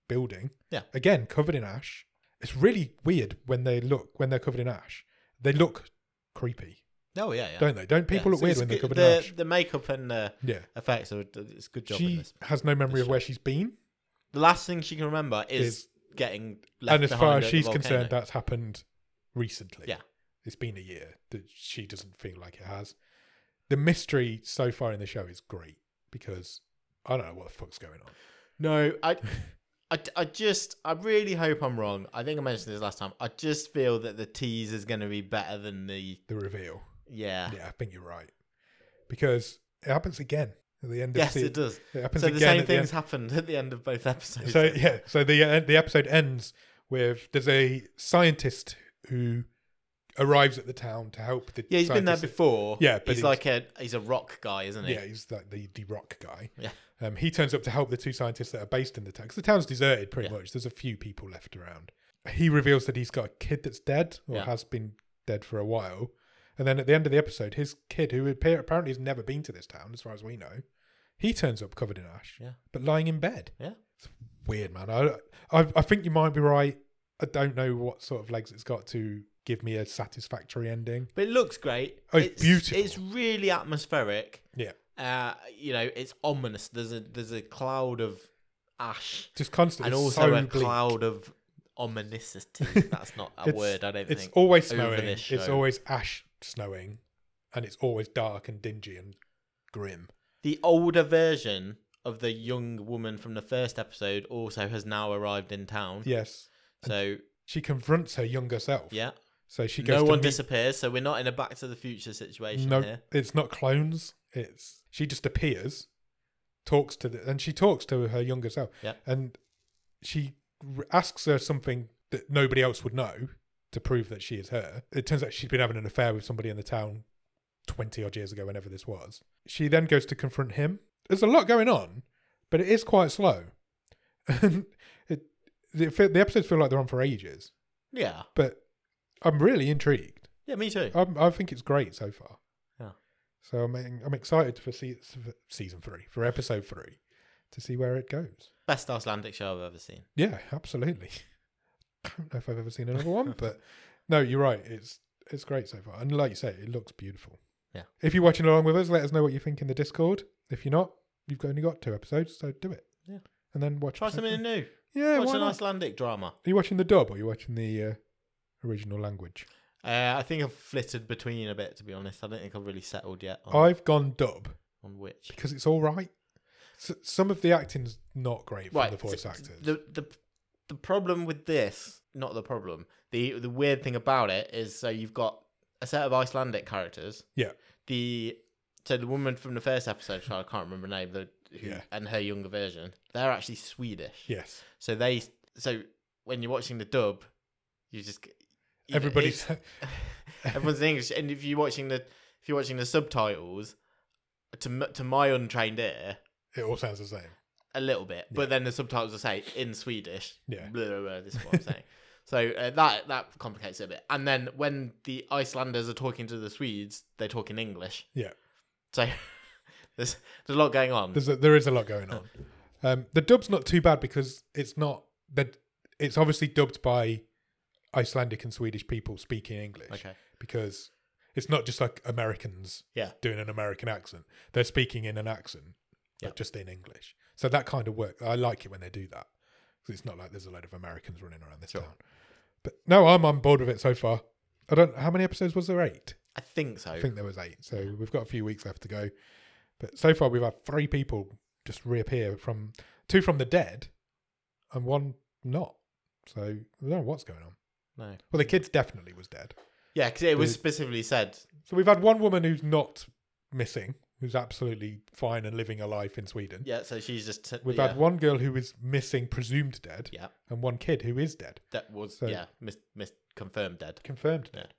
S1: building.
S2: Yeah.
S1: Again, covered in ash. It's really weird when they look when they're covered in ash. They look creepy,
S2: Oh, yeah, yeah.
S1: don't they? Don't people
S2: Yeah,
S1: look
S2: so
S1: weird
S2: it's
S1: when they're
S2: good-
S1: covered
S2: the,
S1: in ash?
S2: The makeup and the
S1: Yeah.
S2: effects are it's a good job in
S1: She
S2: this.
S1: has no memory
S2: this
S1: of where she's been,
S2: The last thing she can remember is,
S1: Is-
S2: getting left
S1: and as
S2: behind
S1: far as
S2: at the
S1: she's
S2: volcano.
S1: concerned, that's happened recently.
S2: Yeah.
S1: it's been a year that she doesn't feel like it has. The mystery so far in the show is great because I don't know what the fuck's going on.
S2: No, I, I, I just, I really hope I'm wrong. I think I mentioned this last time. I just feel that the tease is going to be better than the,
S1: The reveal.
S2: yeah.
S1: Yeah, I think you're right because it happens again at the end of
S2: yes,
S1: season.
S2: it does.
S1: It happens
S2: So
S1: again
S2: the same
S1: at the end.
S2: things happened at the end of both episodes.
S1: So yeah, so the uh, the episode ends with there's a scientist who arrives at the town to help the
S2: yeah, he's been there
S1: scientists-
S2: before.
S1: Yeah, but
S2: he's,
S1: he's-
S2: like a, he's a rock guy, isn't he?
S1: Yeah, he's like the, the rock guy.
S2: Yeah.
S1: Um, he turns up to help the two scientists that are based in the town because the town's deserted pretty
S2: Yeah.
S1: much. There's a few people left around. He reveals that he's got a kid that's dead or
S2: Yeah.
S1: has been dead for a while. And then at the end of the episode, his kid, who appear, apparently has never been to this town as far as we know, he turns up covered in ash,
S2: Yeah.
S1: but lying in bed.
S2: Yeah.
S1: It's weird, man. I, I I think you might be right. I don't know what sort of legs it's got to give me a satisfactory ending.
S2: But it looks great.
S1: Oh, it's beautiful.
S2: It's really atmospheric.
S1: Yeah.
S2: Uh, you know, it's ominous. There's a there's a cloud of ash
S1: Just constantly
S2: and also
S1: so
S2: a
S1: bleak.
S2: cloud of ominousity. That's not a
S1: It's-
S2: word. I don't
S1: It's
S2: think.
S1: always
S2: over
S1: snowing.
S2: this
S1: It's
S2: show.
S1: always ash snowing, and it's always dark and dingy and grim.
S2: The older version of the young woman from the first episode also has now arrived in town.
S1: Yes,
S2: So
S1: she confronts her younger self.
S2: yeah,
S1: So she goes.
S2: no
S1: to
S2: one
S1: meet-
S2: disappears. So we're not in a Back to the Future situation
S1: No,
S2: here.
S1: it's not clones. It's she just appears, talks to the, and she talks to her younger self.
S2: Yeah.
S1: and she r- asks her something that nobody else would know to prove that she is her. It turns out she's been having an affair with somebody in the town twenty odd years ago, whenever this was. She then goes to confront him. There's a lot going on, but it is quite slow, and it, it fe- the episodes feel like they're on for ages.
S2: Yeah,
S1: But I'm really intrigued.
S2: yeah, me too.
S1: I'm, I think it's great so far.
S2: Yeah.
S1: So I'm I'm excited for, se- for season three, for episode three, to see where it goes.
S2: Best Icelandic show I've ever seen.
S1: Yeah, absolutely. I don't know if I've ever seen another one, but no, you're right. It's it's great so far, and like you say, it looks beautiful.
S2: Yeah.
S1: If you're watching along with us, let us know what you think in the Discord. If you're not, you've only got two episodes, so do it.
S2: Yeah.
S1: And then watch.
S2: Try
S1: episode
S2: something
S1: three.
S2: new.
S1: Yeah.
S2: Watch
S1: why
S2: an
S1: not?
S2: Icelandic drama.
S1: Are you watching the dub or are you watching the uh, original language?
S2: Uh, I think I've flitted between a bit, to be honest. I don't think I've really settled yet on,
S1: I've gone dub.
S2: on which.
S1: because it's all right. S some of the acting's not great from the
S2: t-
S1: voice
S2: t-
S1: actors.
S2: The, the the problem with this, not the problem. The the weird thing about it is, so you've got a set of Icelandic characters.
S1: Yeah.
S2: The So the woman from the first episode, I can't remember her name, the, who,
S1: Yeah.
S2: and her younger version, they're actually Swedish.
S1: Yes.
S2: So they, so when you're watching the dub, you just you know,
S1: Everybody's
S2: Everyone's in English, and if you're watching the if you're watching the subtitles, to m- to my untrained ear,
S1: it all sounds the same.
S2: a little bit, but then the subtitles will say in Swedish.
S1: Yeah.
S2: blah, blah, blah, this is what I'm saying. So uh, that that complicates it a bit. And then when the Icelanders are talking to the Swedes, they talk in English.
S1: Yeah.
S2: So there's there's a lot going on.
S1: There's a, there is a lot going on. Um, the dub's not too bad because it's not that it's obviously dubbed by Icelandic and Swedish people speaking English.
S2: okay.
S1: Because it's not just like Americans
S2: Yeah.
S1: doing an American accent. They're speaking in an accent, but
S2: Yeah.
S1: just in English. So that kind of work. I like it when they do that. 'Cause it's not like there's a load of Americans running around this
S2: Sure.
S1: town. But no, I'm on board with it so far. I don't. How many episodes was there? Eight.
S2: I think so.
S1: I think there was eight. So we've got a few weeks left to go. But so far we've had three people just reappear from two from the dead and one not. So I don't know what's going on.
S2: no.
S1: Well the kid's definitely was dead.
S2: Yeah, because it was
S1: The-
S2: specifically said.
S1: So we've had one woman who's not missing, who's absolutely fine and living a life in Sweden.
S2: Yeah, so she's just t-
S1: We've
S2: yeah,
S1: had one girl who is missing, presumed dead,
S2: Yeah.
S1: and one kid who is dead,
S2: that was
S1: so-
S2: yeah mis- mis- confirmed dead.
S1: confirmed
S2: Yeah.
S1: dead.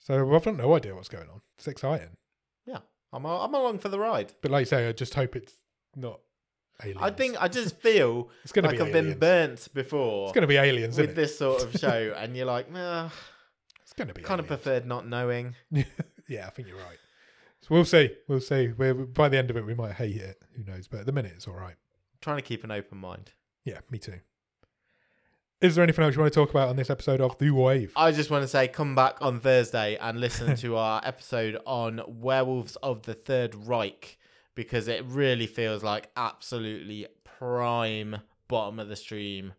S1: So I've got no idea what's going on. It's exciting,
S2: Yeah, I'm al- I'm along for the ride.
S1: but like you say, I just hope it's not aliens.
S2: I think I just feel
S1: it's going to
S2: like
S1: be
S2: I've
S1: aliens.
S2: been burnt before
S1: It's going to be aliens,
S2: with
S1: isn't it?
S2: this sort of show, and you're like, nah,
S1: It's going to be
S2: kind of
S1: aliens.
S2: preferred not knowing.
S1: yeah, I think you're right. So we'll see. We'll see. We're, by the end of it, we might hate it. Who knows? But at the minute, it's all right.
S2: trying to keep an open mind.
S1: Yeah, me too. Is there anything else you want to talk about on this episode of The Wave?
S2: I just want to say, come back on Thursday and listen to our episode on Werewolves of the Third Reich because it really feels like absolutely prime bottom of the stream.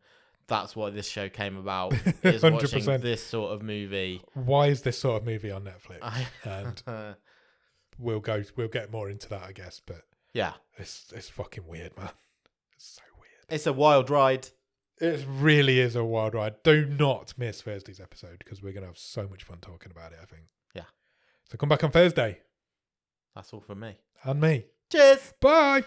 S2: That's what this show came about. Is watching
S1: 100%.
S2: this sort of movie.
S1: Why is this sort of movie on Netflix?
S2: I-
S1: and we'll go. We'll get more into that, I guess. But
S2: yeah,
S1: it's it's fucking weird, man. It's so weird.
S2: it's a wild ride.
S1: It really is a wild ride. Do not miss Thursday's episode because we're going to have so much fun talking about it. I think.
S2: Yeah.
S1: So come back on Thursday
S2: That's all from me.
S1: and me.
S2: Cheers.
S1: Bye.